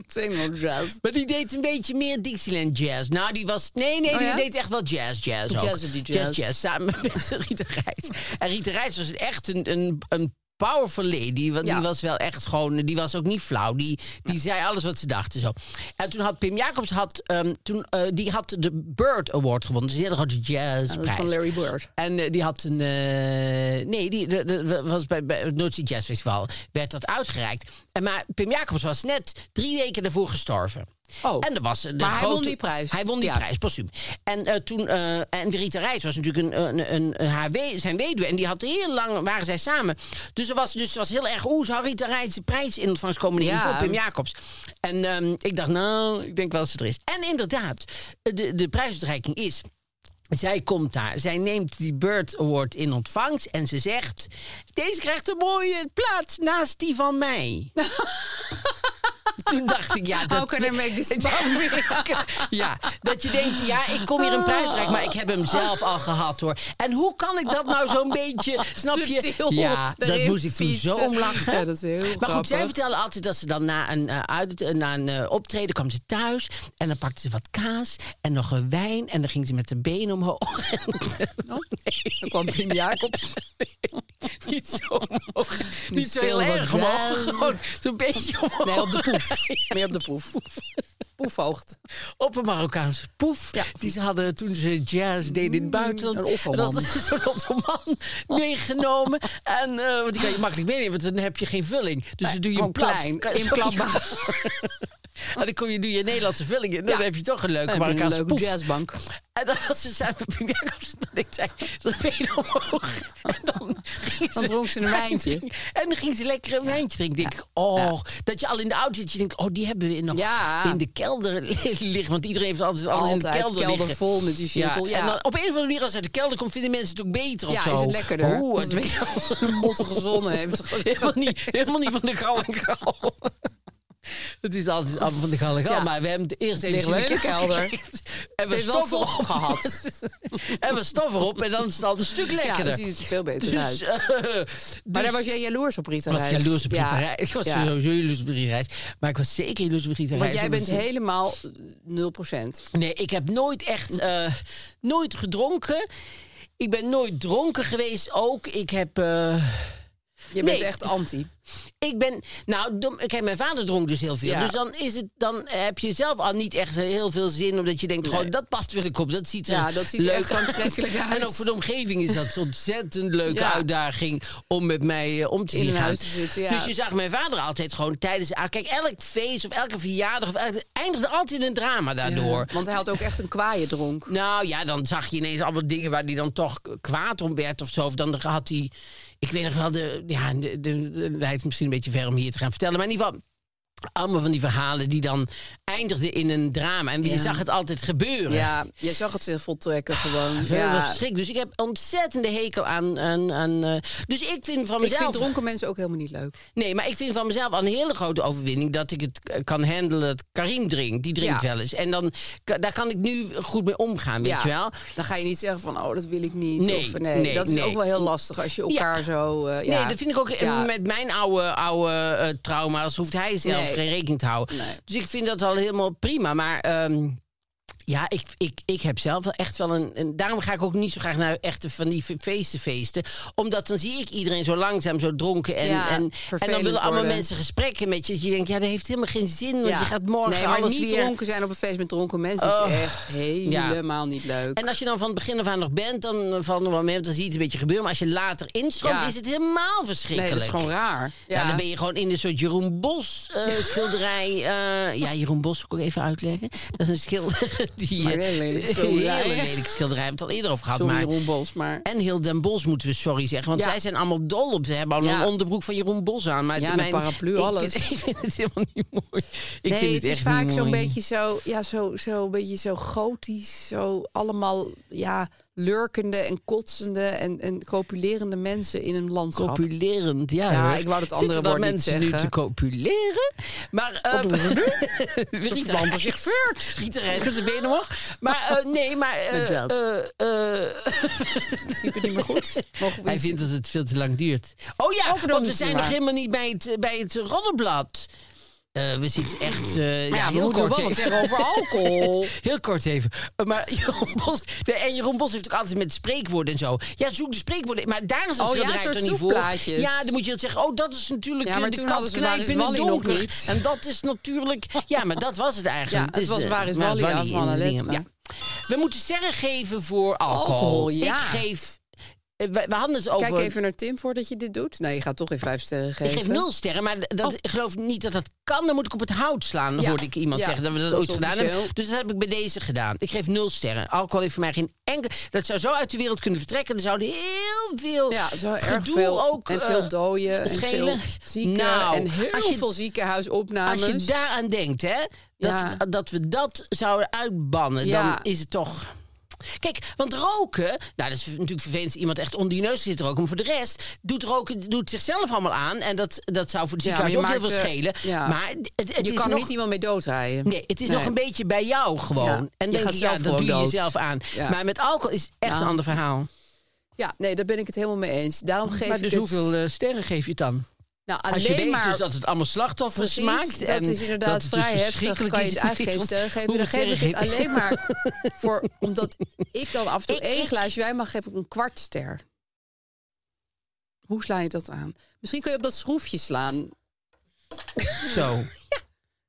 Zing ook jazz.
Maar die deed een beetje meer Dixieland jazz. Nou, die was... Nee, nee,
Oh
die
ja?
deed echt wel jazz, jazz ook.
Jazz op die jazz.
samen met [LAUGHS] Rita Reis. En Rita Reis was echt een... een, een Powerful lady, want
Ja.
die was wel echt gewoon, die was ook niet flauw. Die, die zei alles wat ze dachten zo. En toen had Pim Jacobs, had, ehm, toen, eh, die had de Bird Award gewonnen. Dus die hele grote
Dat is
jazzprijs.
van Larry Bird.
En eh, die had een. eh, nee, die de- de- was bij, bij het Noordzee Jazz Festival. werd dat uitgereikt. En maar Pim Jacobs was net drie weken daarvoor gestorven.
Oh.
En er was de
Maar hij
grote-
won die prijs.
Hij won die
Ja.
prijs, postuum. En eh, toen. eh, en de Rita Reis was natuurlijk een, een, een, een haar we- zijn weduwe. En die had heel lang. waren zij samen. Dus er was, dus er was heel erg. Oeh, zou Rita Reis de prijs in ontvangst komen nemen
Ja.
voor Pim Jacobs? En ehm, ik dacht, nou, ik denk wel dat ze er is. En inderdaad, de, de prijsuitreiking is. Zij komt daar. Zij neemt die Bird Award in ontvangst. En ze zegt: Deze krijgt een mooie plaats naast die van mij. Toen dacht ik: Ja, dat,
How can I make this
[LAUGHS] ja, dat je denkt, ja, ik kom hier een prijs reiken, maar ik heb hem zelf al gehad hoor. En hoe kan ik dat nou zo'n beetje, snap je?
Subtiel
Ja, dat
erin
moest ik toen zo
fietsen.
om lachen.
Ja, dat is heel
Maar goed, zij
grappig.
vertelde altijd dat ze dan na een, eh, uit, eh, na een eh, optreden kwam ze thuis en dan pakte ze wat kaas en nog een wijn en dan ging ze met de benen omhoog.
Dan kwam Pim
[LAUGHS]
Jacobs.
niet zo omhoog, niet zo heel
speelde
erg
wat
omhoog,
jazz.
gewoon zo'n beetje omhoog. [LAUGHS]
Nee, op de poef. Meer op de poef. poefhoogte.
Op een Marokkaanse poef.
Ja. Mm,
Die ze hadden toen ze jazz deden in het buitenland.
een Oh. ottoman.
En Dat is zo'n
[LAUGHS]
ottoman meegenomen. En, eh, want die kan je makkelijk meenemen, want dan heb je geen vulling. Dus dan doe je hem
gewoon
plat.
klein,
Kan-
inklapbaar.
[LAUGHS] en dan kom je, doe je een Nederlandse vulling in.
Ja.
Dan heb je toch een leuke
Dan heb je een
Marokkaanse
leuke
poef.
jazzbank.
En dan had ze samen met Pim Jacobs. Dat ik zei, dat been omhoog.
[LAUGHS]
En dan, ging
Dan dronk ze een wijntje.
[LAUGHS] En dan ging ze lekker een wijntje drinken. Denk ik, oh, dat je al in de auto zit. Je denkt, oh, die hebben we nog
Ja.
in de kelder [LAUGHS] liggen. Want iedereen heeft altijd alles in de
Altijd
kelder,
kelder
liggen.
vol met die shizzle, ja.
En dan, op een of andere manier, als het uit de kelder komt, vinden mensen het ook beter
Ja,
of zo.
is het lekkerder.
Oeh,
Als het
uit de [LAUGHS]
weer een mottige zon heeft.
helemaal, niet, helemaal niet van de gal en gal. [LAUGHS] Het is altijd allemaal van de gal en gal.
Ja.
Maar we hebben het eerst
Het
even in
ligt
de
wel
[LAUGHS]
in de
kelder.
kelder.
gelegd. En
[LAUGHS] Het
we
heeft wel
stoffen
vol
op
[LAUGHS] gehad.
en we stoffen erop en dan is het al een stuk
Ja,
lekkerder.
dan ziet het er veel beter uit.
dus, eh, [LAUGHS]
Maar
dus-
daar was jij jaloers op, Rita
ik was
Reis.
jaloers op Rita
Ja.
Reis. Ik was
Ja.
sowieso jaloers op Rita Reis. Maar ik was zeker jaloers op Rita Reis.
Want jij
omdat
bent
ze-
helemaal 0%.
Nee, ik heb nooit echt eh, nooit gedronken. Ik ben nooit dronken geweest ook. Ik heb... eh,
Je bent
Nee.
echt anti.
Ik ben, nou, dom- kijk, mijn vader dronk dus heel veel.
Ja.
Dus dan, is het, dan heb je zelf al niet echt heel veel zin. Omdat je denkt,
Nee.
gewoon, dat past wil ik op. Dat ziet er
Ja, dat ziet er
leuk
echt aantrekkelijk
[LAUGHS]
uit.
En ook voor de omgeving is dat een ontzettend leuke
Ja.
uitdaging om met mij eh, om te
In
zien
een
gaan.
huis te zitten, ja.
Dus je zag mijn vader altijd gewoon tijdens... ah, Kijk, elk feest of elke verjaardag of elke, eindigde altijd in een drama daardoor.
Ja, Want hij had ook echt een kwaaie dronk.
Nou ja, dan zag je ineens allemaal dingen waar hij dan toch k- kwaad om werd of zo. Of dan had hij. Ik weet nog wel, de, ja, de, de, de- leidt misschien een beetje ver om hier te gaan vertellen. Maar in ieder geval. Allemaal van die verhalen die dan eindigden in een drama. En je
Ja.
zag het altijd gebeuren.
Ja, je zag het zich voltrekken gewoon.
Veel
Ja.
verschrik. Dus ik heb ontzettende hekel aan. aan, aan eh, dus ik vind van
Ik
mezelf.
vind dronken mensen ook helemaal niet leuk.
Nee, maar ik vind van mezelf al een hele grote overwinning dat ik het eh, kan handelen. dat Karim drinkt, die drinkt
Ja.
wel eens. En dan, ka- daar kan ik nu goed mee omgaan, weet
ja.
je wel.
Dan ga je niet zeggen van, oh, dat wil ik niet.
Nee,
of, nee,
nee,
dat is
nee.
ook wel heel lastig als je
Ja.
elkaar zo... eh, ja.
Nee, dat vind ik ook.
Ja.
Met mijn oude, oude eh, trauma's hoeft hij zelf
Nee.
geen rekening te houden.
Nee.
Dus ik vind dat al helemaal prima. Maar ehm, ja, ik, ik, ik heb zelf wel echt wel een, een- Daarom ga ik ook niet zo graag naar echte van die fe- feesten feesten. Omdat dan zie ik iedereen zo langzaam, zo dronken. En,
Ja,
en, en dan
vervelend
willen allemaal
worden.
mensen gesprekken met je. Dat je denkt, ja, dat heeft helemaal geen zin. Want
Ja.
je gaat morgen
nee, maar
alles
niet
weer...
dronken zijn op een feest met dronken mensen is
Oh.
echt helemaal niet leuk.
En als je dan van het begin af aan nog bent, dan, eh, van, dan zie je het een beetje gebeuren. Maar als je later instroomt,
Ja.
is het helemaal verschrikkelijk.
nee, dat is gewoon raar.
Ja. dan ben je gewoon in een soort Jeroen Bos eh, schilderij. eh, ja, Jeroen Bos moet ik ook even uitleggen. Dat is een schilder [LAUGHS] die...
Maar
eh,
een lelijk schilderij.
Hele lelijke schilderij. We hebben het al eerder over gehad.
Sorry,
maar...
Jeroen Bos, maar...
En heel Den Bos moeten we sorry zeggen. Want
Ja.
zij zijn allemaal dol op. Ze hebben allemaal
Ja.
een onderbroek van Jeroen Bos aan. Maar
Ja, en een
mijn,
paraplu,
[LAUGHS] ik
alles.
Vind, ik vind het helemaal niet mooi. Ik
nee,
vind
het, is
echt
vaak
niet
zo'n
mooi.
beetje zo, ja, zo, zo, een beetje zo gotisch, zo allemaal ja, lurkende en kotsende en, en copulerende mensen in een landschap.
Copulerend, ja.
Ja,
hoor.
ik wou dat andere
Zitten daar
woord niet
mensen nu
zeggen.
te copuleren? Maar... eh [LAUGHS]
doen ze
Rita
verband
Reis-
zich veurt.
Rita Reis met zijn benen omhoog. Maar eh, nee, maar... eh,
[LAUGHS] Met jazz.
eh, eh,
Ik vind het niet meer
[LAUGHS]
goed. Mogen we
hij
iets-
vindt dat het veel te lang duurt. Oh ja,
verdomme,
want we
het is
zijn
waar.
nog helemaal niet bij het, eh, bij het roddelblad. Eh, we zitten echt... eh,
Maar ja,
ja,
we
heel
moeten
kort
wel wat
even.
zeggen over
[LAUGHS]
alcohol.
Heel kort even. Eh, Maar [LAUGHS] Jeroen Bos, nee, en Jeroen Bos heeft ook altijd met spreekwoorden en zo. Ja, zoek de spreekwoorden. Maar daar is het
Oh ja,
schilderij
een soort
toch niet voor.
zoekplaatjes.
Ja, dan moet je het zeggen. Oh, dat is natuurlijk
Ja,
eh,
maar
de
toen
kat
hadden ze Waar
knijpen
is
in het
Wally nog
donker.
niet?
En dat is natuurlijk... Ja, maar dat was het eigenlijk.
Ja, het was
eh,
Waar is
maar
Wally,
Wally
ja,
in
van
de
Aletta.
dingen. Ja. We moeten sterren geven voor alcohol.
Alcohol, ja.
Ik geef... eh, We, we hadden het over...
Kijk even naar Tim voordat je dit doet. Nee, je gaat toch geen vijf sterren
Ik
geven.
geef nul sterren, maar dat,
Oh.
ik geloof niet dat dat kan. Dan moet ik op het hout slaan,
Ja.
hoorde ik iemand
Ja,
zeggen. Dat we dat,
dat is
ooit gedaan
officieel.
hebben. Dus dat heb ik bij deze gedaan. Ik geef nul sterren. Alcohol heeft voor mij geen enkel... Dat zou zo uit de wereld kunnen vertrekken. Er zouden heel veel
Ja, zo erg
gedoe
veel.
ook...
en
eh,
veel doden. En veel
schelen.
zieken.
Nou,
en heel
als je-
veel ziekenhuisopnames.
als je daaraan denkt, hè, dat,
Ja.
dat we dat zouden uitbannen,
Ja.
dan is het toch... Kijk, want roken, nou dat is natuurlijk vervelend als iemand echt onder je neus zit te roken. Maar voor de rest doet roken doet zichzelf allemaal aan. En dat, dat zou voor de
Ja, maar
ziekenhuis
je
ook heel
maakt,
veel
eh,
schelen.
ja.
Maar het, het
je
is
kan er
nog,
niet iemand mee doodrijden.
Nee, het is nog
Nee.
een beetje bij jou gewoon.
Ja,
En
je
denk
gaat
ik,
zelf
ja, dat
gewoon
doe je
dood.
jezelf aan.
Ja. Nou.
Maar met alcohol is het echt
Ja.
een ander verhaal.
Ja, nee, daar ben ik het helemaal mee eens. Daarom geef
maar
ik
dus
het-
hoeveel eh, sterren geef je het dan?
Nou, alleen
Als je weet
maar...
dus dat het allemaal slachtoffers
Precies,
maakt.
dat
en
is inderdaad
dat het dus
vrij heftig.
verschrikkelijk
Kan je
is
het
in de [LAUGHS] wereld.
eigenlijk geen sterren geven.
Hoeveel
Dan geef ik het
sterren geef je?
alleen maar voor... Omdat ik dan af en toe
Ik-
één
ik-
glaasje wijn mag, geef ik een kwart ster. Hoe sla je dat aan? Misschien kun je op dat schroefje slaan.
[LAUGHS] Zo.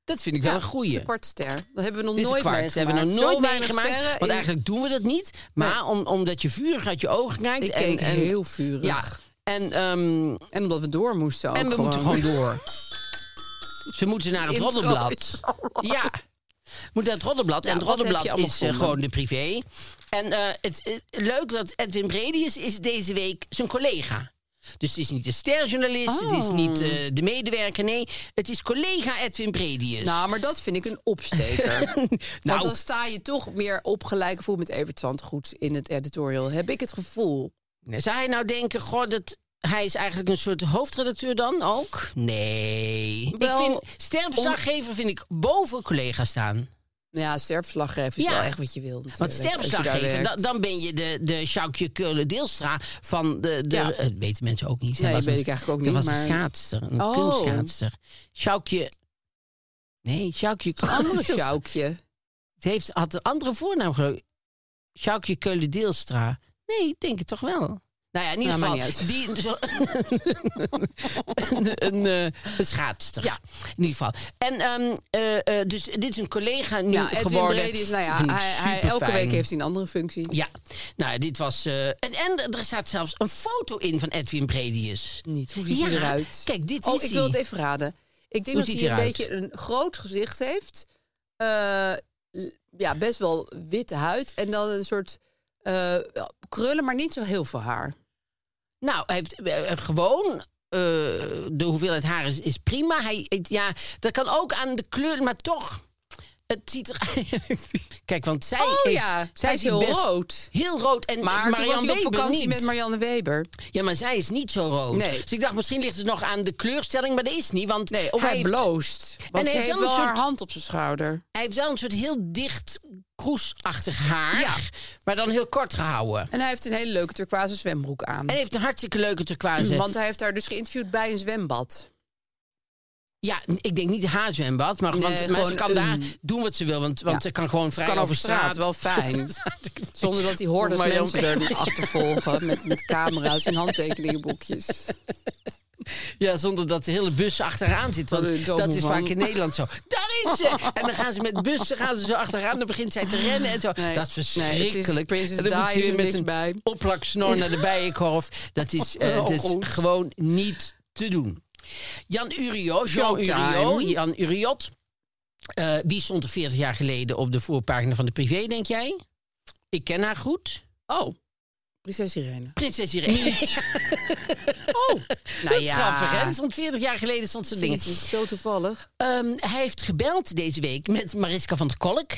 Dat vind ik wel
Ja,
een goeie.
het is Een kwart ster. Dat hebben we nog
Dit is een
nooit
kwart.
meegemaakt.
We hebben nog
Zo
nooit
weinig
meegemaakt.
sterren
Want
in-
eigenlijk doen we dat niet. Maar om, omdat je vurig uit je ogen kijkt.
Ik
en,
keek
en-
heel vurig.
Ja, en, ehm,
En omdat we door moesten ook
en we
gewoon.
moeten gewoon [LAUGHS] door. Ze moeten naar het
Intro
roddelblad.
is zo lang.
Ja. Moet naar het roddelblad. en
Ja,
het
wat heb je
roddelblad is
allemaal
eh,
gevonden?
gewoon de privé. En eh, het, eh, leuk dat Edwin Bredius is deze week zijn collega. Dus het is niet de sterjournalist, het is
Oh.
niet eh, de medewerker. Nee, het is collega Edwin Bredius. [LAUGHS]
[LAUGHS]
Nou,
Nou, maar dat vind ik een opsteker. Want dan sta je toch meer op gelijke voet met Evert Zandgoed in het editorial. Heb ik het gevoel.
Nee, Zou hij nou denken, god, dat, hij is eigenlijk een soort hoofdredacteur dan ook? Nee.
Wel,
ik vind, sterverslaggever vind ik boven collega's staan.
Nou Ja, sterverslaggever is
Ja.
wel echt wat je wil. natuurlijk,
Want
als je daar
sterverslaggever, da-
werkt.
dan ben je de, de Sjoukje Keulen-Deelstra van de... de
Ja.
eh, Dat weten mensen ook niet. Zij
Nee,
was
weet
een-
ik eigenlijk ook
zij
niet,
was een
maar-
schaatster, een
Oh.
kunstschaatster. Sjoukje... Nee, Sjoukje [LAUGHS]
Andere
Keulen-Deelstra.
Sjoukje.
Het heeft, had een andere voornaam geloof Sjoukje Keulen-Deelstra. Nee, ik denk het toch wel. Nou ja, in ieder
Nou,
geval.
maakt
Die, [LAUGHS] zo, een, een, eh, een schaatster. Ja, in ieder geval. En ehm, eh, eh, dus dit is een collega nu
Ja, Edwin
geworden.
Brady is, nou ja,
Vind ik
hij, hij-
superfijn.
elke week heeft hij een andere functie.
Ja, nou, dit was. eh, en, en er staat zelfs een foto in van Edwin Bredius.
Niet. Hoe ziet hij
Ja,
eruit?
Kijk, dit
oh,
is
ik wil het
hij.
even raden. Ik
Hoe
denk dat
ziet
hij een
hij eruit?
beetje een groot gezicht heeft. Eh, l- ja, best wel witte huid. En dan een soort eh, krullen, maar niet zo heel veel haar.
Nou, hij heeft eh, eh, gewoon. eh, de hoeveelheid haar is, is prima. Hij, het- ja, dat kan ook aan de kleur, maar toch. Het ziet er. [LAUGHS] Kijk, want zij
Oh
heeft,
ja,
zij
zij is heel
best
rood.
Heel rood. En
Maar toen was
Marianne
hij op
Weber
vakantie
niet.
met Marianne Weber.
Ja, maar zij is niet zo rood.
Nee.
Dus ik dacht, misschien ligt het nog aan de kleurstelling, maar dat is niet. Want
Nee, of hij,
heeft,
bloost.
hij
Want ze
heeft
heeft
wel
wel
een
haar
soort-
hand op zijn schouder.
hij heeft wel een soort heel dicht kroesachtig haar.
Ja.
Maar dan heel kort gehouden.
En hij heeft een hele leuke turquoise zwembroek aan.
En heeft een hartstikke leuke turquoise.
Want hij heeft haar dus geïnterviewd bij een zwembad.
Ja, ik denk niet haar zwembad, maar, want, maar
gewoon
ze kan
een-
daar doen wat ze wil. Want, want
Ja.
ze kan gewoon vrij
Kan
over straat.
wel
[LAUGHS]
fijn. Zonder dat die hordes
Maar dan-
mensen er achtervolgen met, met camera's en handtekeningenboekjes.
Ja, zonder dat de hele bus achteraan zit.
Wat
Want
een domme
dat is
man.
vaak in Nederland
[LAUGHS]
zo. Daar is ze! En dan gaan ze met bussen gaan ze zo achteraan. Dan begint zij te rennen en zo.
Nee,
dat is verschrikkelijk.
nee, het is- Princess
en dan
Di
moet ze
is
weer
er
met
niks
een
bij.
opplaksnor naar de bijenkorf. Dat is, eh,
Wel
het is
goed.
gewoon niet te doen. Jan Urio, Jean
Showtime.
Urio, Jan Uriot. Eh, wie stond er 40 jaar geleden op de voorpagina van de privé, denk jij? Ik ken haar goed.
Oh,
[LAUGHS]
prinses Irene.
Prinses Irene. [LAUGHS]
Oh,
Nou ja. Grappig, hè? Die stond 40 jaar geleden stond ze dingen.
Het is zo toevallig.
Ehm, hij heeft gebeld deze week met Mariska van der Kolk,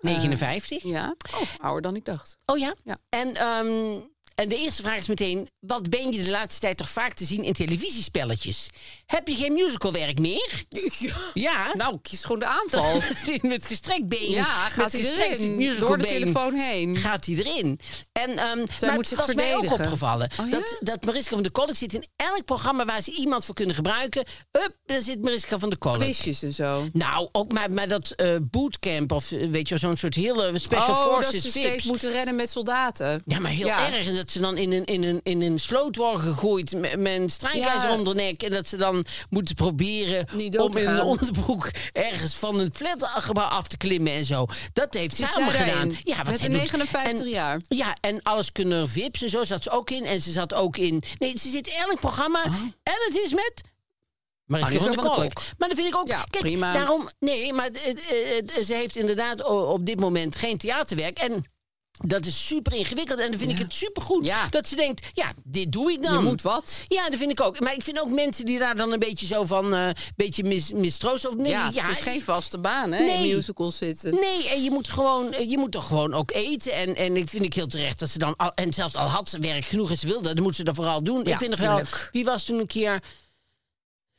59.
Ja, oh, ouder dan ik dacht.
Oh ja?
Ja.
En, ehm, en de eerste vraag is meteen... wat ben je de laatste tijd toch vaak te zien in televisiespelletjes? Heb je geen musicalwerk meer? [LAUGHS] Ja.
Nou, kies gewoon de
[LAUGHS]
aanval.
met gestrekt been.
Ja, gaat
met
hij
gestrekt
erin. Door de
musicalbeen
telefoon heen.
Gaat hij erin? En, ehm, maar
moet
het
zich
was mij ook
verdedigen.
opgevallen.
Oh ja?
dat, dat Mariska van der Kolk zit in elk programma waar ze iemand voor kunnen gebruiken. Up, daar zit Mariska van der Kolk.
Quizjes en zo.
Nou, ook maar, maar dat eh, bootcamp of eh, weet je, wel, zo'n soort hele special
oh, dat
forces
ze
tips.
steeds moeten rennen met soldaten.
Ja, maar heel
Ja.
erg. En dat ze dan in een, in een, in een sloot worden gegooid met, met een strijkijzer
Ja.
om de nek. En dat ze dan moeten proberen
Niet dood
om
te
in een
gaan.
onderbroek ergens van een flatgebouw af te klimmen en zo. Dat heeft
Zit
zij allemaal
zij
gedaan.
daarin?
Ja, wat
Met
zij
een
doet.
59
En-
jaar.
Ja, en alles kunnen vips en zo zat ze ook in. En ze zat ook in... Nee, ze zit in elk programma. En het is met... Mariska
Mariska
van der
Oh. van der
Kolk. Maar dat vind ik ook...
Ja,
kijk,
prima.
daarom... Nee, maar eh, eh, eh, ze heeft inderdaad o- op dit moment geen theaterwerk. En dat is super ingewikkeld. En dan vind ik het supergoed.
Ja.
Dat ze denkt, ja, dit doe ik dan.
Je moet wat.
Ja, dat vind ik ook. Maar ik vind ook mensen die daar dan een beetje zo van... eh, een beetje mis, mistroost over... Nee,
ja, het is geen vaste baan, hè?
Nee.
In musicals zitten.
Nee, en je moet, gewoon, eh, je moet toch gewoon ook eten. En, en ik vind ik heel terecht dat ze dan... Al, en zelfs al had ze werk genoeg en ze wilde, dan moet ze dat vooral doen.
Ja,
ik vind nog wel...
tuurlijk.
Die was toen een keer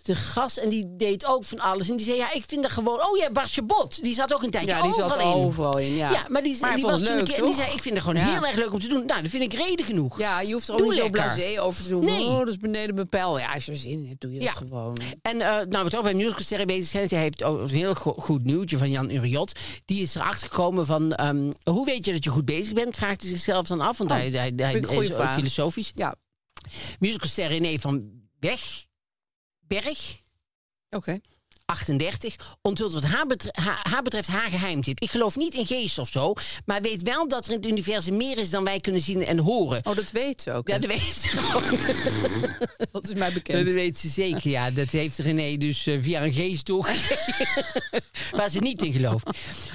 de gast en die deed ook van alles. En die zei, ja, ik vind dat gewoon... Oh ja, Bartje Bot, die zat ook een tijdje
Ja, die
overal
zat
in.
overal in. Ja,
Ja, maar die,
hij
die
vond
was
het
toen een
leuk,
keer, en die
toch?
zei, ik vind het gewoon
Ja.
heel erg leuk om te doen. Nou, dat vind ik reden genoeg.
Ja, je hoeft er ook
Doe
niet zo
lekker.
blasé over te doen. van,
Nee.
Oh, dat is beneden mijn pijl. Ja, als je er zin in hebt, doe je
Ja.
dat gewoon.
En eh, nou, we toch bij musicalsterren bezig zijn. Hij heeft ook een heel go- goed nieuwtje van Jan Uriot. Die is erachter gekomen van... ehm, hoe weet je dat je goed bezig bent? Vraagt hij zichzelf dan af. Want hij, hij, hij
Oh, vind ik een
is
goeie
ook
vraag.
filosofisch.
Ja,
Musicalster René van Weg... Berg...
oké.
38 onthult wat haar, betre- haar, haar betreft haar geheim zit. Ik geloof niet in geesten of zo, maar weet wel dat er in het universum meer is dan wij kunnen zien en horen.
Oh, dat weet ze ook.
Ja, dat weet ze gewoon.
dat is mij
Dat
bekend.
weet ze zeker, ja. Dat heeft René dus eh, via een geest doorgegeven. [LAUGHS] waar ze niet in gelooft.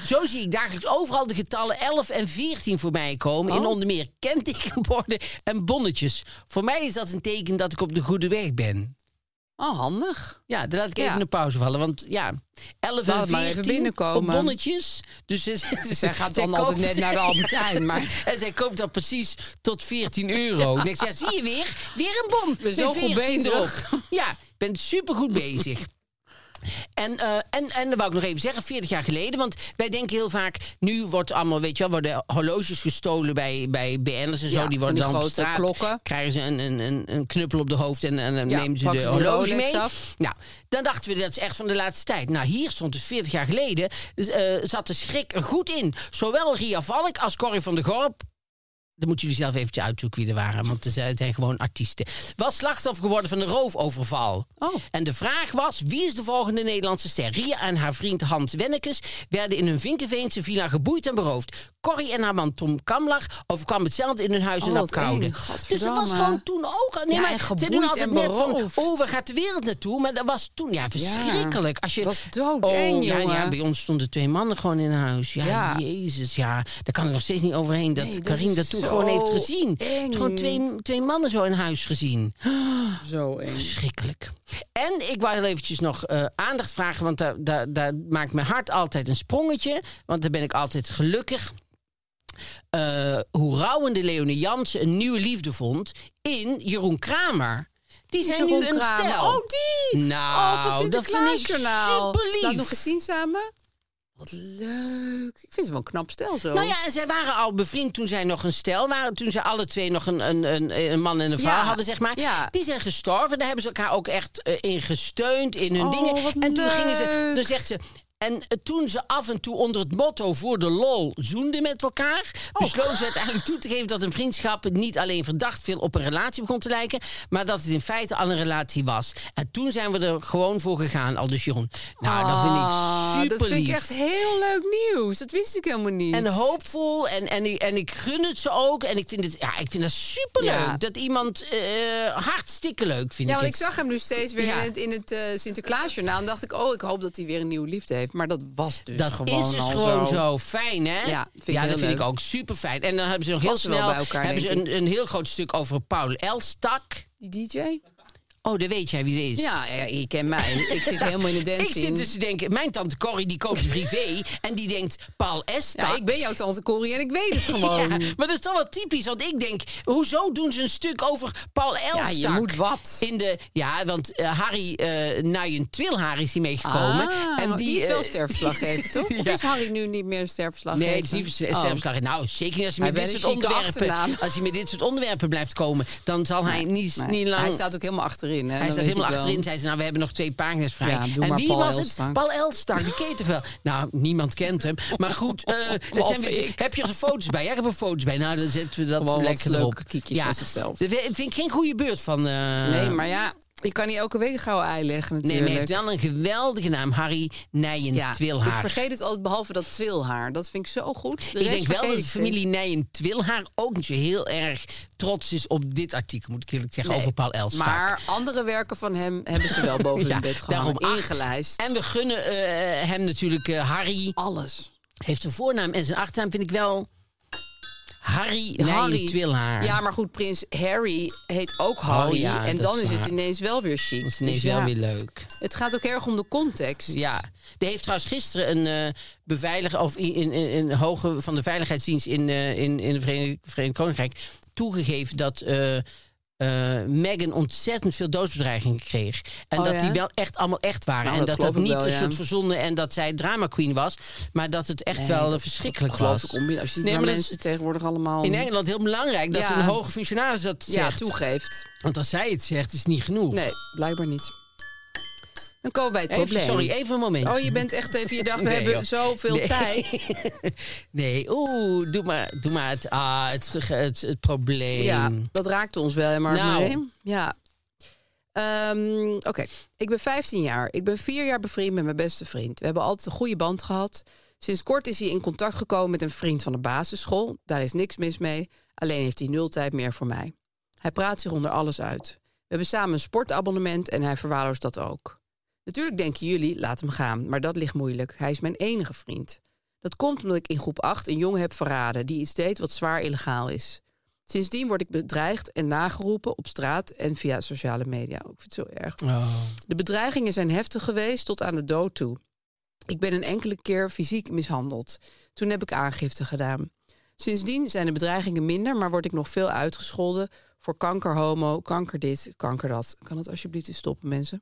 Zo zie ik dagelijks overal de getallen 11 en 14 voorbij komen. In
Oh.
onder meer kentekenborden en bonnetjes. Voor mij is dat een teken dat ik op de goede weg ben.
Oh, handig.
Ja, dan laat ik even
Ja.
een pauze vallen. Want ja, 11
Laat
en
het maar
14
even binnenkomen.
op bonnetjes. Dus ze, [LAUGHS]
Zij gaat dan
koopt-
altijd net naar de
[LAUGHS]
Albert Heijn, maar-
en zij koopt dat precies tot 14 euro. En ik zeg, zie je weer? Weer een bon.
ben zo
Weer
goed
14
bezig.
erop. [LAUGHS] Ja, ik ben supergoed bezig. En, eh, en, en dat wou ik nog even zeggen, 40 jaar geleden. Want wij denken heel vaak, nu wordt allemaal, weet je wel, worden horloges gestolen bij, bij BN'ers en zo.
Ja,
die
van die
worden dan op
grote
straat,
klokken.
krijgen ze een, een, een, een knuppel op de hoofd en, en dan
Ja,
nemen ze
pakken
de
ze die
horloge
Rolex
mee.
af.
Nou, dan dachten we dat is echt van de laatste tijd. Nou, hier stond dus 40 jaar geleden, eh, zat de schrik er goed in. Zowel Ria Valk als Corrie van de Gorp dan moeten jullie zelf eventjes uitzoeken wie er waren, want er zijn het zijn gewoon artiesten. Was slachtoffer geworden van een roofoverval.
Oh.
En de vraag was, wie is de volgende Nederlandse ster? Ria en haar vriend Hans Wennekes werden in hun Vinkenveense villa geboeid en beroofd. Corrie en haar man Tom Kamlar overkwam hetzelfde in hun huis
Oh,
in
wat
Apeldoorn.
eng.
Dus dat
Gadverdamme.
was gewoon toen ook al. Nee,
Ja, en
maar ze
geboeid
doen altijd
en
net van,
beroofd.
oh, waar gaat de wereld naartoe? Maar dat was toen, ja, verschrikkelijk. Als je, Oh,
Dat is doodeng,
ja,
jongen.
ja, bij ons stonden twee mannen gewoon in huis. Ja,
Ja.
jezus, ja. Daar kan ik nog steeds niet overheen dat
Nee, dat
Karin
is
dat toen
zo
gewoon heeft gezien.
eng.
Gewoon twee, twee mannen zo in huis gezien.
Zo eng.
Schrikkelijk. En ik wou heel eventjes nog eh, aandacht vragen, want daar, daar, daar maakt mijn hart altijd een sprongetje. Want daar ben ik altijd gelukkig. Eh, hoe rouwende Leonie Jansen een nieuwe liefde vond in Jeroen Kramer. Die zijn
Jeroen
nu een
Kramer.
stel.
Oh, die!
Nou,
oh, van
dat vind ik
Sinterklaasjournaal.
superlief.
nou. Laat nog eens zien samen. Wat leuk. Ik vind het wel een knap stel zo.
Nou ja, en zij waren al bevriend toen zij nog een stel waren. Toen ze alle twee nog een, een, een, een man en een vrouw
Ja,
hadden, zeg maar.
ja.
Die zijn gestorven. Daar hebben ze elkaar ook echt eh, in gesteund, in hun
Oh,
dingen.
wat
en toen gingen ze,
leuk.
dan zegt ze. En eh, toen ze af en toe onder het motto voor de lol zoenden met elkaar, besloten ze uiteindelijk toe te geven dat een vriendschap niet alleen verdacht veel op een relatie begon te lijken, maar dat het in feite al een relatie was. En toen zijn we er gewoon voor gegaan, al dus Jeroen. Nou, dat vind ik
Ah,
super
Dat vind ik echt heel leuk nieuws. Dat wist ik helemaal niet.
en hoopvol en, en, ik- en ik gun het ze ook. En ik vind, het, ja, ik vind dat superleuk.
Ja.
Dat iemand eh, hartstikke leuk vindt.
Ja, want ik zag hem nu steeds weer
Ja.
in het, in het eh, Sinterklaasjournaal. En dacht ik, oh, ik hoop dat hij weer een nieuwe liefde heeft. Maar dat was dus
dat
gewoon
is dus
al
gewoon zo. fijn, hè?
Ja, vind ik
dat
heel
vind
leuk.
ik ook super fijn. En dan hebben ze nog heel
Passen wel
snel
bij elkaar,
hebben ze
denk
een, een heel groot stuk over Paul Elstak.
Die DJ?
Oh, daar weet jij wie dit is.
Ja, ja, je kent mij. Ik zit helemaal in de
[LAUGHS]
dance
Ik zit dus te denken, mijn tante Corrie die
[LAUGHS]
koopt privé en die denkt Paul Elstak.
ja, ik ben jouw tante Corrie en ik
[LAUGHS]
weet het
Ja,
gewoon.
maar dat is toch wel typisch. Want ik denk, hoezo doen ze een stuk over Paul Elstak?
je moet wat.
In de, ja, want eh, Harry eh Nuyen Twilhaar is hier meegekomen.
Ah,
en
die, is wel
eh,
sterfverslaggever,
[LAUGHS]
toch? Of
Ja.
is Harry nu niet meer sterfverslaggever?
Nee, het is niet een
Oh.
sterfslag. Nou, zeker niet als hij,
Hij
met dit
wil een
soort
chique
onderwerpen,
achternaam.
als hij met dit soort onderwerpen blijft komen, dan zal hij niet,
Nee,
niet lang...
Hij staat ook helemaal achterin. Hè?
Hij
Dan
staat
weet
helemaal
ik wel.
achterin. Zei ze, nou, we hebben nog twee pagina's vrij.
Ja, doe
en
maar
wie
Paul
was het?
Elstak.
Paul Elstak. Die ken je toch
[LAUGHS]
wel? Nou, niemand kent hem. Maar goed, eh, het zijn weer-
ik.
heb je er foto's bij? Ja, ik heb er foto's bij. Nou, dan zetten we dat
Gewoon wat
lekker
leuke
erop.
kiekjes
ja.
van zichzelf.
Dat vind ik geen goede beurt van... eh,
Nee, maar ja, ik kan niet elke week een gouden ei leggen
Nee, maar
natuurlijk.
hij heeft wel een geweldige naam. Harry Nijen
ja,
Twilhaar.
Ik vergeet het altijd behalve dat twilhaar. Dat vind ik zo goed. De
Ik denk
rest
wel
vergeet
dat de
ik
familie Nijen Twilhaar ook niet zo heel erg trots is op dit artikel, moet ik eerlijk zeggen,
Nee,
over Paul
steeds.
Elstak.
Maar andere werken van hem hebben ze
[LAUGHS]
wel boven
Ja,
hun bed
daarom
gehangen.
acht.
Ingelijst.
En we gunnen eh, hem natuurlijk eh, Harry.
alles.
Heeft zijn voornaam en zijn achternaam vind ik wel... Harry
Harry.
Nijen Twilhaar.
Ja, maar goed, prins Harry heet ook Harry.
Oh ja,
en
dat
dan
is
is het
waar.
ineens wel weer chic.
Dat is ineens
Dus
wel
ja,
weer leuk.
Het gaat ook erg om de context.
Ja. Er heeft trouwens gisteren een eh, beveiliger of i- in, in, in hoge van de veiligheidsdienst in, eh, in, in het Verenigd, Verenigd Koninkrijk toegegeven dat eh Megan ontzettend veel doodsbedreigingen kreeg. En
Oh
dat
ja?
die wel echt allemaal echt waren.
Nou,
en dat
dat
dat
geloof
niet
ik wel,
een
ja.
soort verzonnen en dat zij drama queen was. Maar dat het echt wel eh, verschrikkelijk
Geloof
was.
ik, om, als je
Nee,
nee,
maar dat is
mensen tegenwoordig allemaal
in Engeland heel belangrijk dat
Ja.
een hoge functionaris dat zegt.
ja, toegeeft.
Want als zij het zegt, is het niet genoeg.
Nee, blijkbaar niet. Dan komen we bij het
Even,
probleem.
sorry, even een moment.
Oh, je bent echt even je dag. We
Nee,
hebben
joh.
zoveel
Nee.
tijd.
[LAUGHS] Nee, oeh, doe maar, doe maar het, ah, het, ge- het, het probleem.
Ja, dat raakte ons wel, hè, maar
Nou.
maar, hè? ja. Eh, Ehm, Oké, ik ben 15 jaar. Ik ben vier jaar bevriend met mijn beste vriend. We hebben altijd een goede band gehad. Sinds kort is hij in contact gekomen met een vriend van de basisschool. Daar is niks mis mee. Alleen heeft hij nul tijd meer voor mij. Hij praat zich onder alles uit. We hebben samen een sportabonnement en hij verwaarloost dat ook. Natuurlijk denken jullie, laat hem gaan, maar dat ligt moeilijk. Hij is mijn enige vriend. Dat komt omdat ik in groep 8 een jongen heb verraden die iets deed wat zwaar illegaal is. Sindsdien word ik bedreigd en nageroepen op straat en via sociale media. Ik vind het zo erg.
Oh,
De bedreigingen zijn heftig geweest tot aan de dood toe. Ik ben een enkele keer fysiek mishandeld. Toen heb ik aangifte gedaan. Sindsdien zijn de bedreigingen minder, maar word ik nog veel uitgescholden voor kanker homo, kanker dit, kanker dat. Kan het alsjeblieft eens stoppen, mensen?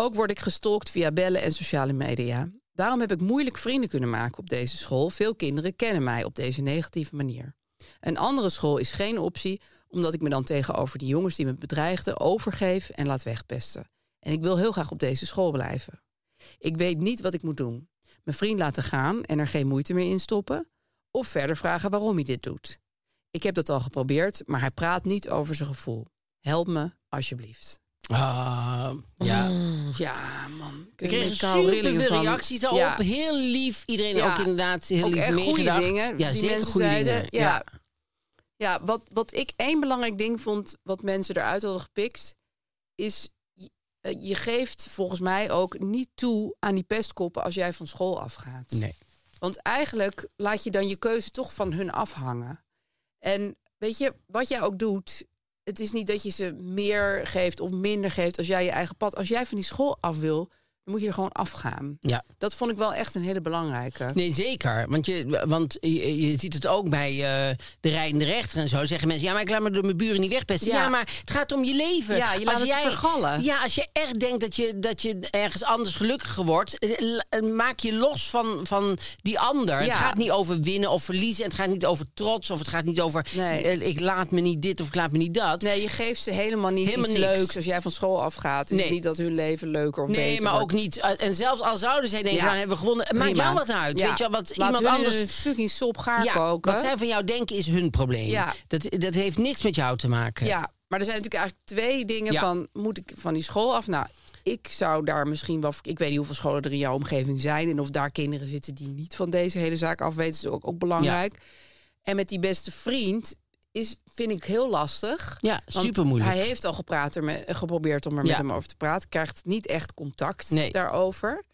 Ook word ik gestalkt via bellen en sociale media. Daarom heb ik moeilijk vrienden kunnen maken op deze school. Veel kinderen kennen mij op deze negatieve manier. Een andere school is geen optie, omdat ik me dan tegenover die jongens die me bedreigden overgeef en laat wegpesten. En ik wil heel graag op deze school blijven. Ik weet niet wat ik moet doen. Mijn vriend laten gaan en er geen moeite meer in stoppen. Of verder vragen waarom hij dit doet. Ik heb dat al geprobeerd, maar hij praat niet over zijn gevoel. Help me, alsjeblieft.
Ah, ja.
Mm, Ja, man.
Ik kreeg super veel reacties daarop.
Ja,
Heel lief. Iedereen
Ja.
ook inderdaad heel
ook
lief
echt goede
meegedacht.
dingen.
Ja,
die
zeker
mensen
goede
zeiden.
dingen.
Ja, ja wat, wat ik één belangrijk ding vond, wat mensen eruit hadden gepikt, is je- eh, je geeft volgens mij ook niet toe aan die pestkoppen als jij van school afgaat.
Nee.
Want eigenlijk laat je dan je keuze toch van hun afhangen. En weet je, wat jij ook doet, het is niet dat je ze meer geeft of minder geeft als jij je eigen pad. Als jij van die school af wil, dan moet je er gewoon afgaan.
Ja.
Dat vond ik wel echt een hele belangrijke.
Nee, zeker. Want, je, want je, je ziet het ook bij eh, de rijdende rechter en zo. Zeggen mensen, ja, maar ik laat me door mijn buren niet wegpesten. Ja,
Ja.
maar het gaat om je leven.
Ja, je laat
als
het vergallen.
Ja, als je echt denkt dat je, dat je ergens anders gelukkiger wordt... eh, la- eh, maak je los van, van die ander. Het
Ja.
gaat niet over winnen of verliezen. Het gaat niet over trots of het gaat niet over...
Nee.
eh, ik laat me niet dit of ik laat me niet dat.
Nee, je geeft ze helemaal niet
Helemaal
iets
niks.
leuks als jij van school afgaat. Het
Nee.
is niet dat hun leven leuker of beter
Nee, maar
wordt.
ook niet. eh, En zelfs al zouden zij denken,
Ja.
nou hebben we gewonnen. het Maakt
Prima.
jou wat uit.
Ja.
Weet je, wel, wat
Laat
iemand
hun in
anders
een fucking sop gaar
Ja,
koken.
wat zij van jou denken is hun probleem.
Ja.
Dat, dat heeft niks met jou te maken.
Ja, maar er zijn natuurlijk eigenlijk twee dingen
Ja.
van... moet ik van die school af? Nou, ik zou daar misschien wel... Ik weet niet hoeveel scholen er in jouw omgeving zijn... en of daar kinderen zitten die niet van deze hele zaak af weten... is ook, ook belangrijk. En met die beste vriend is, vind ik heel lastig.
Ja,
Want
supermoeilijk.
Hij heeft al gepraat erme- geprobeerd om er
Ja.
met hem over te praten. Krijgt niet echt contact
Nee.
daarover.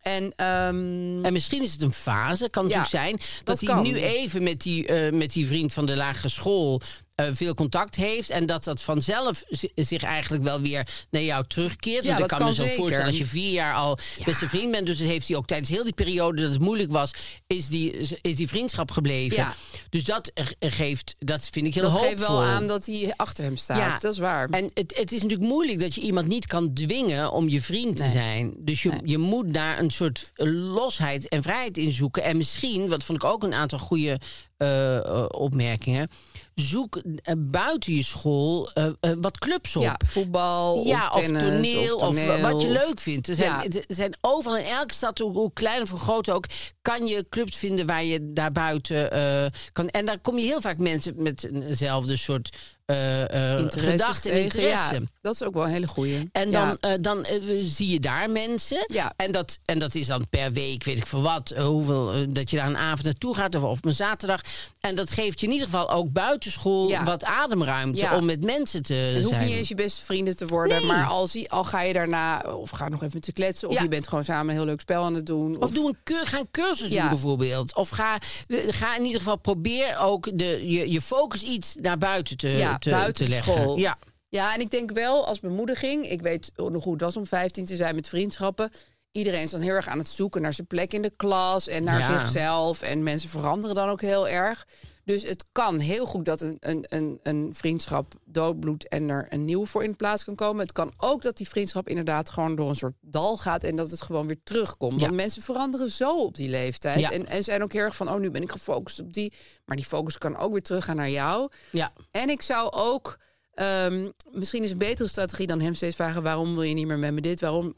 En, ehm,
En misschien is het een fase, kan
Ja,
natuurlijk zijn... dat,
dat
hij
kan.
nu even met die, eh, met die vriend van de lagere school... eh, veel contact heeft en dat dat vanzelf zi- zich eigenlijk wel weer naar jou terugkeert.
Ja,
Want ik
dat
kan me
kan
zo
zeker.
voorstellen, als je vier jaar al beste vriend bent, dus dat heeft hij ook tijdens heel die periode dat het moeilijk was, is die, is die vriendschap gebleven.
Ja.
Dus dat eh, geeft, dat vind ik heel
dat
hoopvol.
geeft wel aan dat hij achter hem staat.
Ja.
Dat is waar.
En het, het is natuurlijk moeilijk dat je iemand niet kan dwingen om je vriend te zijn. Dus je, je moet daar een soort losheid en vrijheid in zoeken. En misschien, wat vond ik ook een aantal goede eh, eh, opmerkingen. Zoek eh, buiten je school eh, eh, wat clubs op.
ja, voetbal
Ja,
of, tennis,
toneel, of,
toneel,
wat je leuk vindt. Er zijn,
Ja.
er zijn overal in elke stad, hoe, hoe klein of hoe groot ook, kan je clubs vinden waar je daarbuiten eh kan. En daar kom je heel vaak mensen met eenzelfde soort eh, eh,
Interesses
gedachten en
tegen,
interesse.
Ja, dat is ook wel een hele goeie.
En dan,
Ja.
eh, dan eh, zie je daar mensen.
Ja.
En, dat, en dat is dan per week, weet ik veel wat, eh, hoeveel, eh, dat je daar een avond naartoe gaat of op een zaterdag. En dat geeft je in ieder geval ook buitenschool
Ja.
wat ademruimte
Ja.
om met mensen te
het hoeft
zijn.
niet eens je beste vrienden te worden,
Nee.
maar al, zie, al ga je daarna, of ga nog even met ze kletsen, of
Ja.
je bent gewoon samen een heel leuk spel aan het doen.
Of doe een keur, ga een cursus doen
Ja.
bijvoorbeeld. Of ga, eh, ga in ieder geval probeer ook de, je, je focus iets naar buiten te,
ja,
te,
buiten
te
de
leggen.
school.
Ja.
ja, en ik denk wel als bemoediging, ik weet nog hoe het was om 15 te zijn met vriendschappen. Iedereen is dan heel erg aan het zoeken naar zijn plek in de klas en naar
Ja.
zichzelf. En mensen veranderen dan ook heel erg. Dus het kan heel goed dat een, een, een, een vriendschap doodbloedt en er een nieuw voor in de plaats kan komen. Het kan ook dat die vriendschap inderdaad gewoon door een soort dal gaat en dat het gewoon weer terugkomt. Want mensen veranderen zo op die leeftijd.
Ja.
En, en zijn ook heel erg van, oh nu ben ik gefocust op die. Maar die focus kan ook weer teruggaan naar jou.
Ja.
En ik zou ook, ehm, misschien is een betere strategie dan hem steeds vragen: waarom wil je niet meer met me dit? Waarom?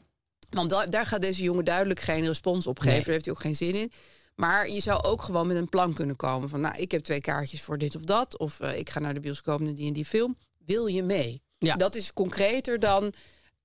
Want da- daar gaat deze jongen duidelijk geen respons op geven.
Nee.
Daar heeft hij ook geen zin in. Maar je zou ook gewoon met een plan kunnen komen van: nou, ik heb twee kaartjes voor dit of dat, of eh, ik ga naar de bioscoop naar die en die film. Wil je mee?
Ja.
Dat is concreter dan...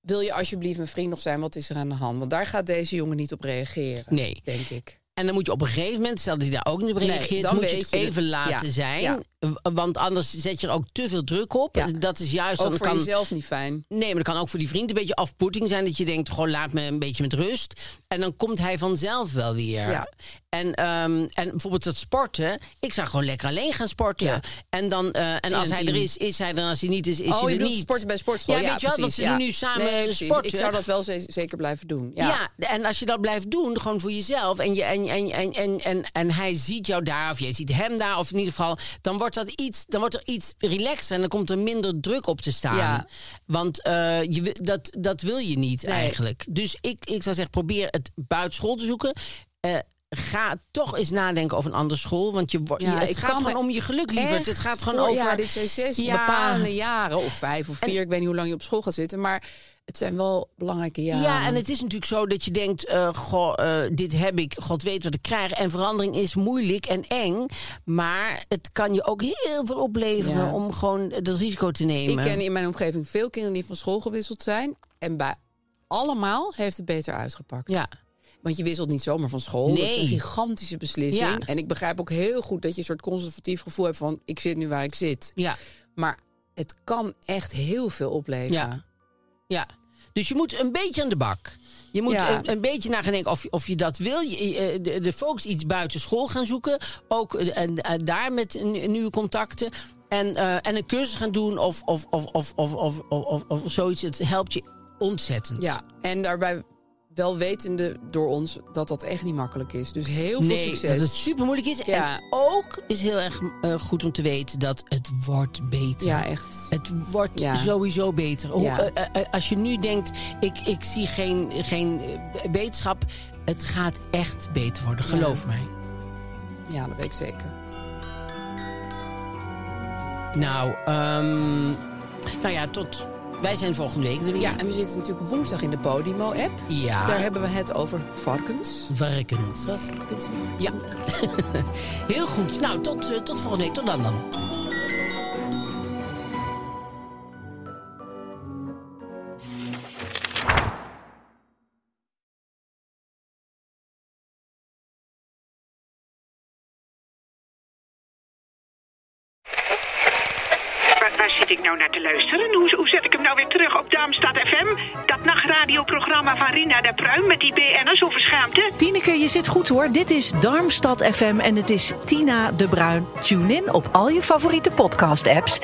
wil je alsjeblieft mijn vriend nog zijn, wat is er aan de hand? Want daar gaat deze jongen niet op reageren,
Nee.
denk ik.
En dan moet je op een gegeven moment, stel dat hij daar ook niet op
Nee,
reageert,
dan
moet je
weet
het
je dat-
even laten
ja,
zijn.
ja.
W- Want anders zet je er ook te veel druk op.
Ja.
Dat is juist
Ook
Dus dan
voor
kan.
jezelf niet fijn.
Nee, maar dat kan ook voor die vriend een beetje afpoeting zijn. Dat je denkt, gewoon laat me een beetje met rust. En dan komt hij vanzelf wel weer.
Ja.
En, ehm, en bijvoorbeeld dat sporten. Ik zou gewoon lekker alleen gaan sporten.
Ja.
En, dan, eh, en
In
als
een
hij
team.
er is, is hij er. En als hij niet is, is
oh,
hij
je
er
bedoelt
niet.
sporten bij sportschool.
Ja, weet je wel, dat
precies,
ze
ja.
doen nu samen
Nee, precies.
sporten.
Ik zou dat wel ze- zeker blijven doen. Ja.
Ja. en als je dat blijft doen, gewoon voor jezelf. En, je, en, en, en, en, en, en hij ziet jou daar, of jij ziet hem daar, of in ieder geval. dan wordt, dat iets, dan wordt er iets relaxer en dan komt er minder druk op te staan.
Ja.
Want eh, je, wi- dat, dat wil je niet
Nee.
eigenlijk. Dus ik, ik zou zeggen, probeer het buitenschool te zoeken. Eh, Ga toch eens nadenken over een andere school. Want je, wordt-
Ja,
je- het
ik
gaat
kan
gewoon
me
om je geluk, lieverd. Het
echt
gaat gewoon
voor-
over...
Ja, dit zijn zes
Ja.
bepalende jaren. Of vijf of vier. ik weet niet hoe lang je op school gaat zitten. Maar het zijn wel belangrijke jaren.
Ja, en het is natuurlijk zo dat je denkt: eh, goh, eh, dit heb ik, God weet wat ik krijg. En verandering is moeilijk en eng. Maar het kan je ook heel veel opleveren
Ja.
om gewoon dat risico te
ik
nemen.
ken in mijn omgeving veel kinderen die van school gewisseld zijn. En bij allemaal heeft het beter uitgepakt.
Ja.
Want je wisselt niet zomaar van school. Dat is
Nee.
een gigantische beslissing.
Ja.
En ik begrijp ook heel goed dat je een soort conservatief gevoel hebt van... ik zit nu waar ik zit.
Ja,
Maar het kan echt heel veel opleveren.
Ja. ja. Dus je moet een beetje aan de bak. Je moet
Ja.
een, een beetje naar gaan denken of, je- of je dat wil. Je, eh, de, de folks iets buiten school gaan zoeken. Ook eh, en, eh, daar met n- nieuwe contacten. En, eh, en een cursus gaan doen of, of, of, of, of, of, of, of, of zoiets. Het helpt je ontzettend.
Ja, en daarbij wel wetende door ons dat dat echt niet makkelijk is. Dus heel veel
nee,
succes.
dat het super moeilijk is.
Ja.
En ook is heel erg eh, goed om te weten dat het wordt beter.
Ja, echt.
Het wordt
Ja.
sowieso beter. Hoe-
Ja.
eh, eh, eh, als je nu denkt, ik, ik zie geen, geen eh, wetenschap. Het gaat echt beter worden, geloof mij.
Ja, dat weet ik zeker.
Nou, ehm, nou ja, tot... Wij zijn volgende week er weer.
Ja, en we zitten natuurlijk woensdag in de Podimo-app.
Ja.
Daar hebben we het over varkens.
Varkens.
Varkens.
Ja. [LAUGHS] Heel goed. Nou, tot, eh, tot volgende week. Tot dan dan.
Waar, waar zit ik nou naar te luisteren? Hoe, hoe zet ik hem nou weer terug op Darmstad FM? Dat nachtradioprogramma van Rina de Pruim met die BN'ers over schaamte?
Tineke, je zit goed hoor. Dit is Darmstad FM en het is Tina de Bruin. Tune in op al je favoriete podcast-apps.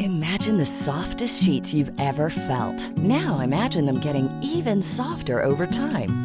Imagine the softest sheets you've ever felt. Now imagine them getting even softer over time.